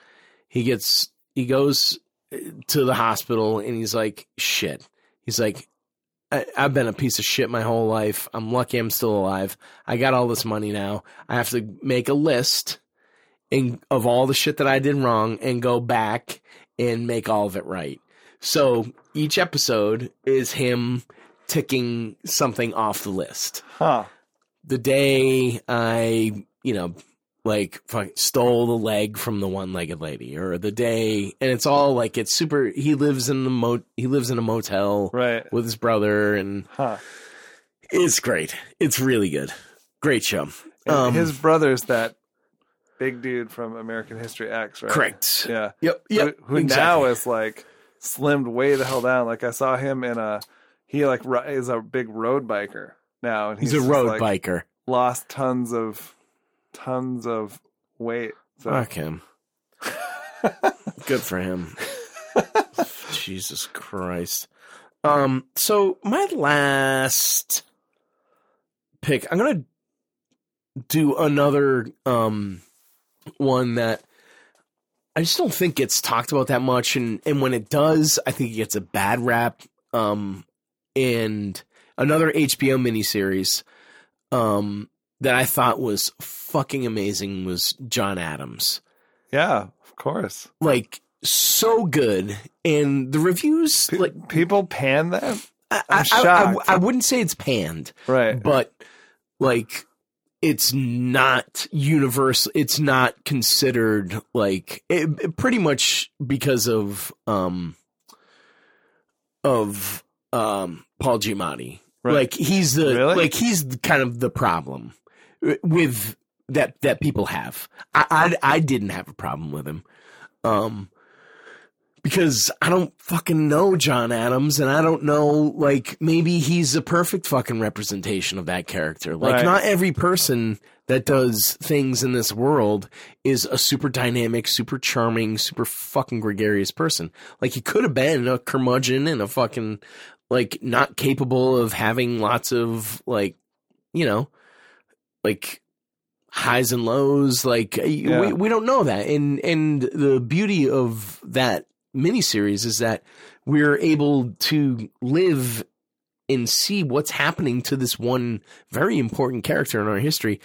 He gets he goes uh, to the hospital and he's like shit. He's like I, I've been a piece of shit my whole life. I'm lucky I'm still alive. I got all this money now. I have to make a list and of all the shit that I did wrong and go back and make all of it right. So each episode is him ticking something off the list.
Huh.
The day I, you know, like fuck, stole the leg from the one-legged lady, or the day, and it's all like it's super. He lives in the mo. He lives in a motel
Right.
with his brother, and
Huh.
it's great. It's really good. Great show.
And
Um,
his brother's that big dude from American History X, right?
Correct.
*laughs* Yeah.
Yep. Yep.
who, who now is like slimmed way the hell down. Like I saw him in a he like ri- is a big road biker now, and
he's,
he's,
a
just,
road
like,
biker.
Lost tons of tons of weight. So
Fuck him. Good for him. Jesus Christ. Um. So my last pick. I'm gonna do another um one that I just don't think gets talked about that much, and and when it does, I think it gets a bad rap. Um, and another HBO miniseries, um, that I thought was fucking amazing was John Adams
Yeah, of course.
like so good and the reviews like
People pan that,
I,
I'm
I, I,
shocked.
I wouldn't say it's panned
right?
but like it's not universal it's not considered like it, it pretty much because of um of um Paul Giamatti
Right.
like he's the
Really?
like he's the- kind of the problem with that that people have I, I I didn't have a problem with him um because I don't fucking know John Adams and I don't know like maybe he's a perfect fucking representation of that character. Like
Right.
not every person that does things in this world is a super dynamic, super charming, super fucking gregarious person. Like he could have been a curmudgeon and a fucking like not capable of having lots of like you know like highs and lows like we,
Yeah.
we don't know that and and the beauty of that miniseries is that we're able to live and see what's happening to this one very important character in our history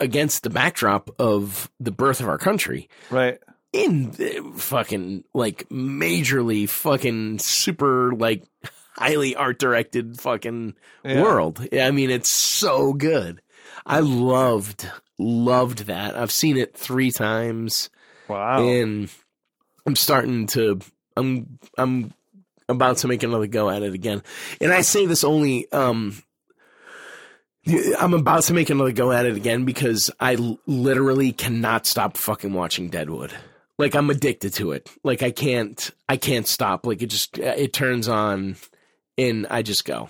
against the backdrop of the birth of our country
right.
in the fucking like majorly fucking super like highly art directed fucking
Yeah.
world. I mean, it's so good. I loved loved that. I've seen it three times,
Wow.
and I'm starting to. I'm I'm about to make another go at it again, and I say this only. um I'm about to make another go at it again because I l- literally cannot stop fucking watching Deadwood. Like I'm addicted to it. Like I can't I can't stop. Like it just it turns on and I just go.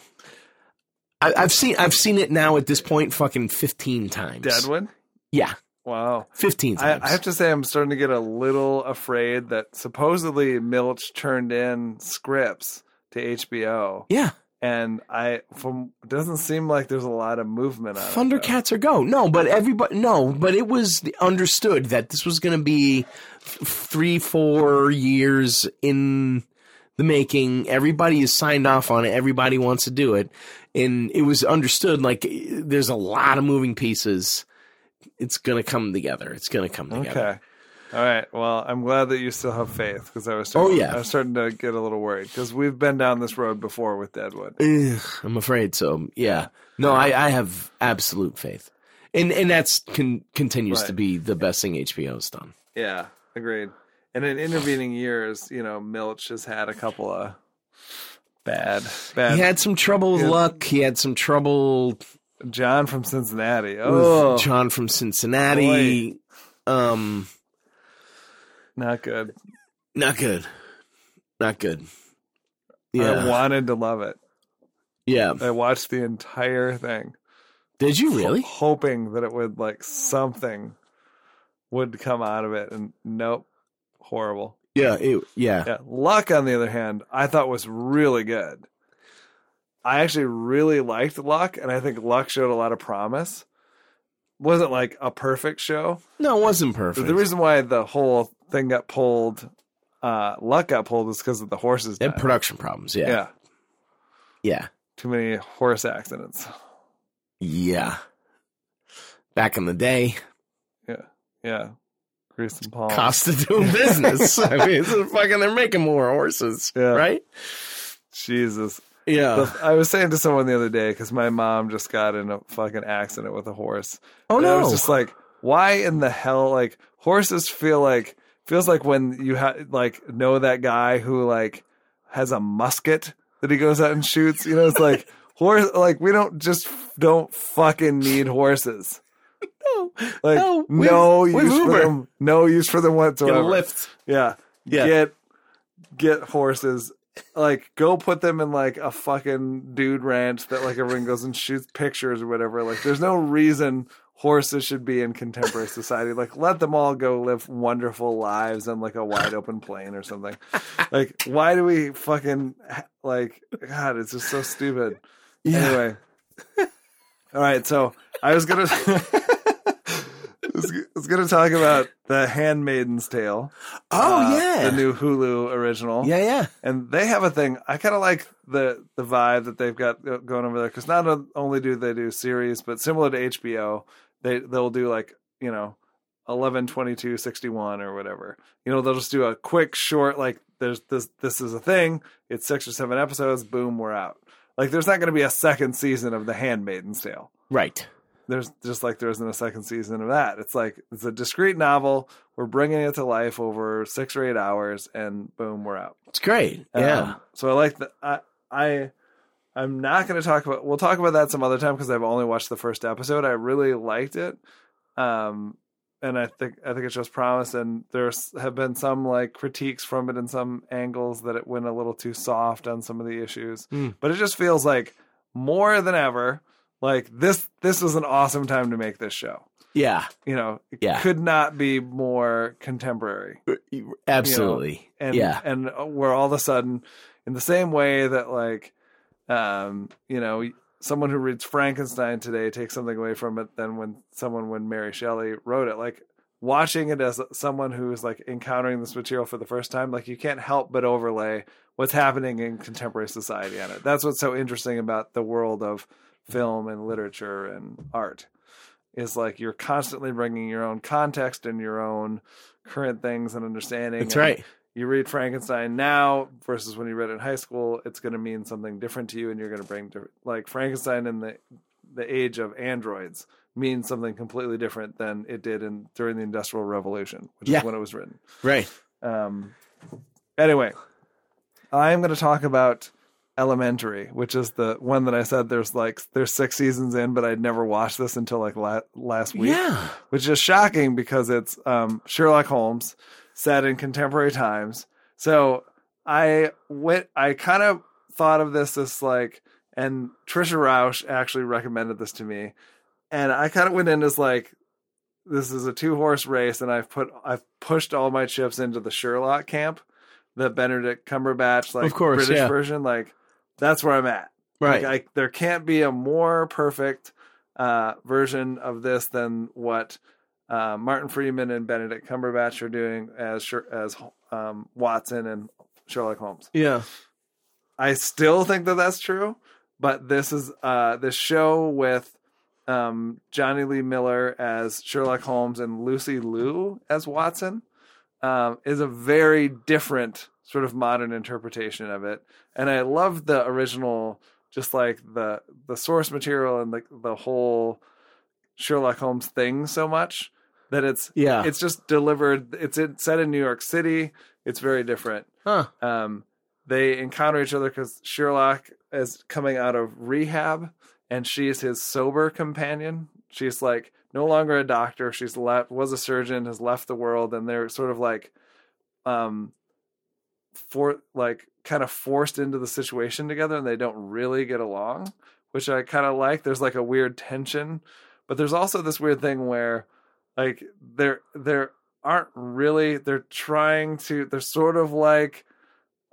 I, I've seen I've seen it now at this point fucking fifteen times.
Deadwood.
Yeah,
Wow.
fifteen
I,
times.
I have to say, I'm starting to get a little afraid that supposedly Milch turned in scripts to HBO,
yeah,
and I from doesn't seem like there's a lot of movement on it, though.
Thundercats are go. No, but everybody no, but it was understood that this was going to be th- three four years in the making. Everybody is signed off on it. Everybody wants to do it, and it was understood like there's a lot of moving pieces. It's gonna come together. It's gonna come together.
Okay. All right. Well, I'm glad that you still have faith because I was
Oh,
starting,
yeah.
I was starting to get a little worried because we've been down this road before with Deadwood.
Ugh, I'm afraid so. Yeah. No, I, I have absolute faith. And and that's con- continues to
Right.
be the best thing HBO's done.
Yeah, agreed. And in intervening years, you know, Milch has had a couple of bad, bad.
He had some trouble with
Yeah.
luck. He had some trouble
John from Cincinnati. Oh,
with John from Cincinnati. Um
not good.
not good. Not good. Yeah.
I wanted to love it.
yeah.
I watched the entire thing,
Did you really?
hoping that it would like something would come out of it, and nope, horrible.
Yeah, it, yeah.
Yeah. Luck, on the other hand, I thought was really good. I actually really liked Luck, and I think Luck showed a lot of promise. Wasn't like a perfect show.
No, it wasn't perfect.
The reason why the whole thing got pulled, uh, Luck got pulled, was because of the horses.
They had
died.
production problems. Yeah.
yeah.
Yeah.
Too many horse accidents.
Yeah. Back in the day.
Yeah. Grease and palm.
cost of doing
*laughs*
business. I mean, it's a fucking they're making more horses,
Yeah.
right?
Jesus.
Yeah.
The- I was saying to someone the other day because my mom just got in a fucking accident with a horse.
oh
And I
no.
was just like, why in the hell? Like horses feel like feels like when you ha- like know that guy who like has a musket that he goes out and shoots. You know, it's
*laughs*
like horse. Like we don't just don't fucking need horses.
*laughs* no.
Like
No,
no,
with- with
use
Uber.
for them. No use for them
Get a
whatsoever.
lift.
Yeah.
Yeah.
Get get horses. Like go put them in like a fucking dude ranch that like everyone goes and shoots pictures or whatever. Like there's no reason horses should be in contemporary society. Like let them all go live wonderful lives on like a wide open plain or something. Like why do we fucking like God? It's just so stupid.
Yeah.
Anyway, All right, so I was gonna *laughs* I was g- I was gonna talk about the Handmaiden's Tale.
Oh
uh,
yeah,
the new Hulu original.
yeah, yeah.
and they have a thing. I kind of like the the vibe that they've got go- going over there because not on- only do they do series, but similar to HBO, they they'll do like you know 11, 22, 61 or whatever. You know, they'll just do a quick short like there's this this is a thing. It's six or seven episodes. Boom, we're out. Like there's not going to be a second season of The Handmaid's Tale
Right.
there's just like there isn't a second season of that. It's like it's a discrete novel. We're bringing it to life over six or eight hours, and boom, we're out.
It's great.
Um,
yeah.
so I like the I I I'm not going to talk about. We'll talk about that some other time because I've only watched the first episode. I really liked it. Um, and I think I think it shows promise. And there's have been some like critiques from it in some angles that it went a little too soft on some of the issues.
Mm.
But it just feels like more than ever. Like this, this was an awesome time to make this show.
Yeah.
You know, it
Yeah.
could not be more contemporary
Absolutely.
and
yeah.
and uh, we're all of a sudden in the same way that like um you know someone who reads frankenstein today takes something away from it than when someone when mary shelley wrote it like watching it as someone who is like encountering this material for the first time like you can't help but overlay what's happening in contemporary society on it that's what's so interesting about the world of film and literature and art is like you're constantly bringing your own context and your own current things and understanding
That's
and-
right.
you read Frankenstein now versus when you read it in high school, it's going to mean something different to you, and you're going to bring different, like Frankenstein in the the age of androids means something completely different than it did in during the Industrial Revolution, which
Yeah.
is when it was written.
Right.
Um, anyway, I am going to talk about Elementary, which is the one that I said there's like there's six seasons in, but I'd never watched this until like la- last week
Yeah.
which is shocking because it's um, Sherlock Holmes set in contemporary times. So I went, I kind of thought of this as like, and Trisha Roush actually recommended this to me, and I kind of went in as like, this is a two horse race, and I've put, I've pushed all my chips into the Sherlock camp, the Benedict Cumberbatch, like
Of course,
British
yeah.
version, like that's where I'm at.
Right.
Like I, there can't be a more perfect uh, version of this than what uh, Martin Freeman and Benedict Cumberbatch are doing as Sher- as um, Watson and Sherlock Holmes.
yeah.
I still think that that's true, but this is uh, this show with um, Johnny Lee Miller as Sherlock Holmes and Lucy Liu as Watson um, is a very different sort of modern interpretation of it, and I love the original, just like the the source material and the the whole Sherlock Holmes thing so much that it's
Yeah.
it's just delivered. It's in, set in New York City. It's very different
huh.
um, they encounter each other because Sherlock is coming out of rehab and she's his sober companion. She's like no longer a doctor. She's left, was a surgeon, has left the world, and they're sort of like, um, for like kind of forced into the situation together, and they don't really get along, which I kind of like. There's like a weird tension, but there's also this weird thing where, like, they're they're aren't really they're trying to they're sort of like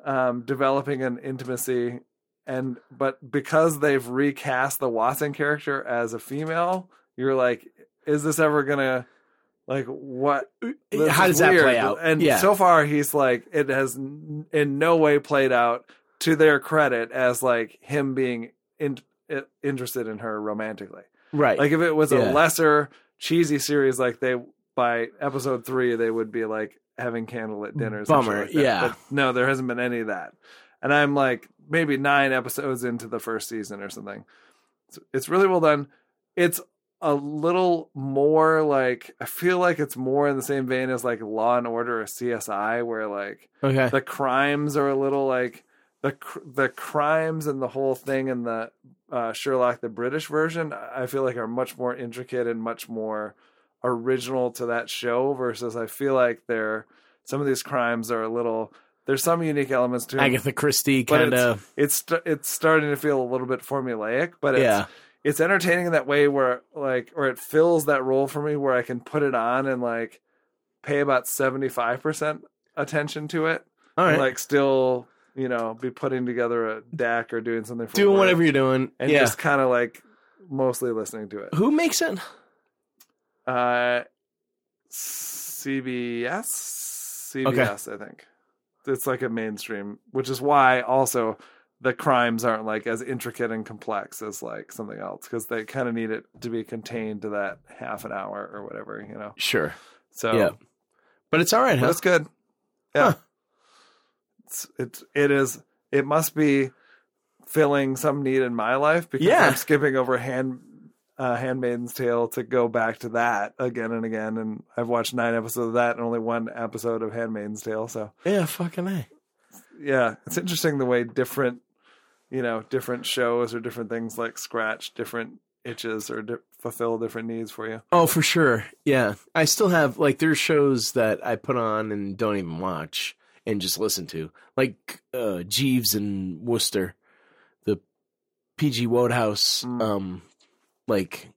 um, developing an intimacy and but because they've recast the watson character as a female you're like is this ever gonna like what this
How
is
does that
weird.
play out?
and
yeah.
so far he's like it has n- in no way played out to their credit as like him being in, i- interested in her romantically
right.
like if it was
Yeah.
a lesser cheesy series, like they by episode three they would be like having candlelit dinners. and shit
Bummer,
like that.
yeah.
But no, there hasn't been any of that, and I'm like maybe nine episodes into the first season or something. It's, it's really well done. It's a little more like I feel like it's more in the same vein as like Law and Order or CSI, where like
okay.
the crimes are a little like the cr- the crimes and the whole thing and the uh, Sherlock the British version I I feel like are much more intricate and much more original to that show versus I feel like they're some of these crimes are a little there's some unique elements to it.
Agatha Christie
But
kind of.
It's st- it's starting to feel a little bit formulaic, but it's
Yeah.
it's entertaining in that way where like or it fills that role for me where I can put it on and like pay about 75% attention to it
All right.
and, like still you know be putting together a deck or doing something for
doing
work
whatever you're doing.
and
yeah.
just kind of like mostly listening to it.
Who makes it?
Uh, CBS, CBS, I think it's like a mainstream, which is why also the crimes aren't like as intricate and complex as like something else because they kind of need it to be contained to that half an hour or whatever, you know.
Sure.
So
Yeah. But it's all right,
but
huh?
it's good. Yeah.
Huh.
It's it it is it must be filling some need in my life because
Yeah.
I'm skipping over hand uh, Handmaiden's Tale to go back to that again and again, and I've watched nine episodes of that and only one episode of Handmaiden's Tale. So
Yeah, fucking A.
yeah, it's interesting the way different, you know, different shows or different things like scratch different itches or di- fulfill different needs for you.
Oh, for sure. Yeah. I still have, like, there's shows that I put on and don't even watch and just listen to, like uh, Jeeves and Worcester, the PG Wodehouse,
Mm.
um, like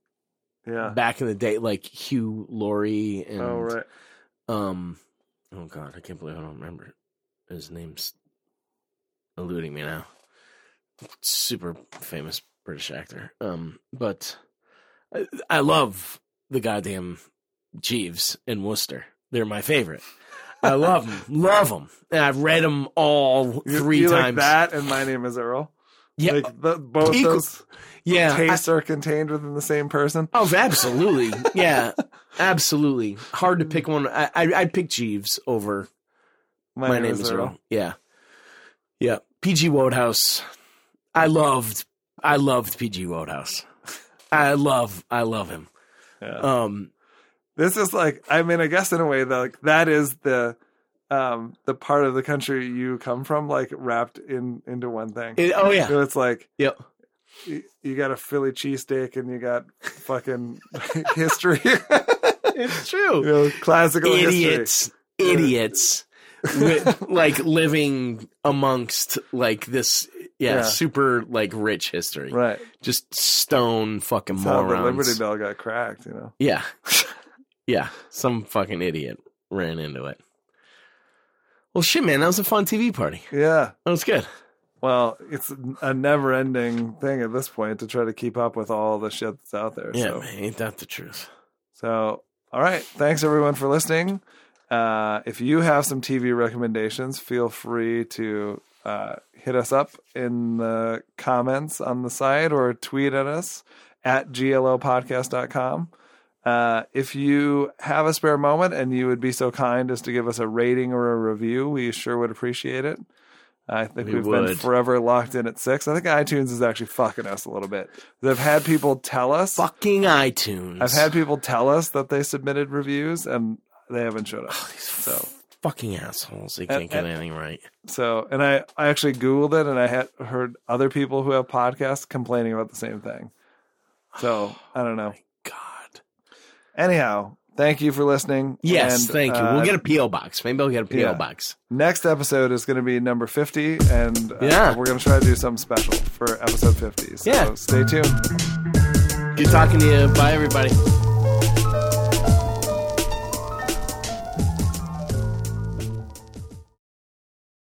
Yeah.
back in the day, like Hugh Laurie and,
Oh right.
um, oh God, I can't believe I don't remember. His name's eluding me now. Super famous British actor. Um, but I, I love the goddamn Jeeves in Worcester. They're my favorite. I
*laughs*
love them, love them, and I've read them all
You-
three
you
times.
Like that and my name is Earl.
yeah,
Like the, both
Equal-
those
yeah. I-
tastes are contained within the same person.
Oh, absolutely.
*laughs*
Yeah, absolutely. Hard to
Mm.
pick one. I, I I'd pick Jeeves over
My, name, is Earl.
Yeah. Yeah. PG Wodehouse. I loved I loved PG Wodehouse. I love I love him.
Yeah.
Um
this is like I mean I guess in a way that like that is the um the part of the country you come from like wrapped in into one thing.
it- oh yeah.
So it's like
Yep.
you, you got a Philly cheesesteak and you got fucking *laughs* history.
It's
you
true.
know, classical history.
Idiots. Idiots. With, like living amongst like this yeah,
Yeah.
super like rich history.
Right.
Just stone fucking
That's how the
morons.
Liberty Bell got cracked, you know.
Yeah. yeah. Some fucking idiot ran into it. Well, shit, man. That was a fun TV party.
Yeah.
That was good.
Well, it's a never ending thing at this point to try to keep up with all the shit that's out there.
Yeah,
so.
man. Ain't that the truth?
So, all right. Thanks everyone for listening. Uh, if you have some TV recommendations, feel free to uh, hit us up in the comments on the site or tweet at us at glopodcast.com. Uh, if you have a spare moment and you would be so kind as to give us a rating or a review, we sure would appreciate it. I think
We
we have been
would.
forever locked in at six. I think iTunes is actually fucking us a little bit. They've had people tell us
Fucking iTunes.
I've had people tell us that they submitted reviews and they haven't showed up.
Oh,
So,
fucking assholes. They can't
And-
get
and-
anything right.
so, and I, I actually Googled it and I had heard other people who have podcasts complaining about the same thing. So I don't know.
God.
Anyhow, thank you for listening.
Yes,
And,
thank you.
uh,
we'll get a P.O. box. Maybe I'll get a P.O.
Yeah.
box.
next episode is going to be number 50 and uh,
Yeah.
we're going to try to do something special for episode 50. So
Yeah.
stay tuned.
Good talking to you. Bye, everybody.
Bye.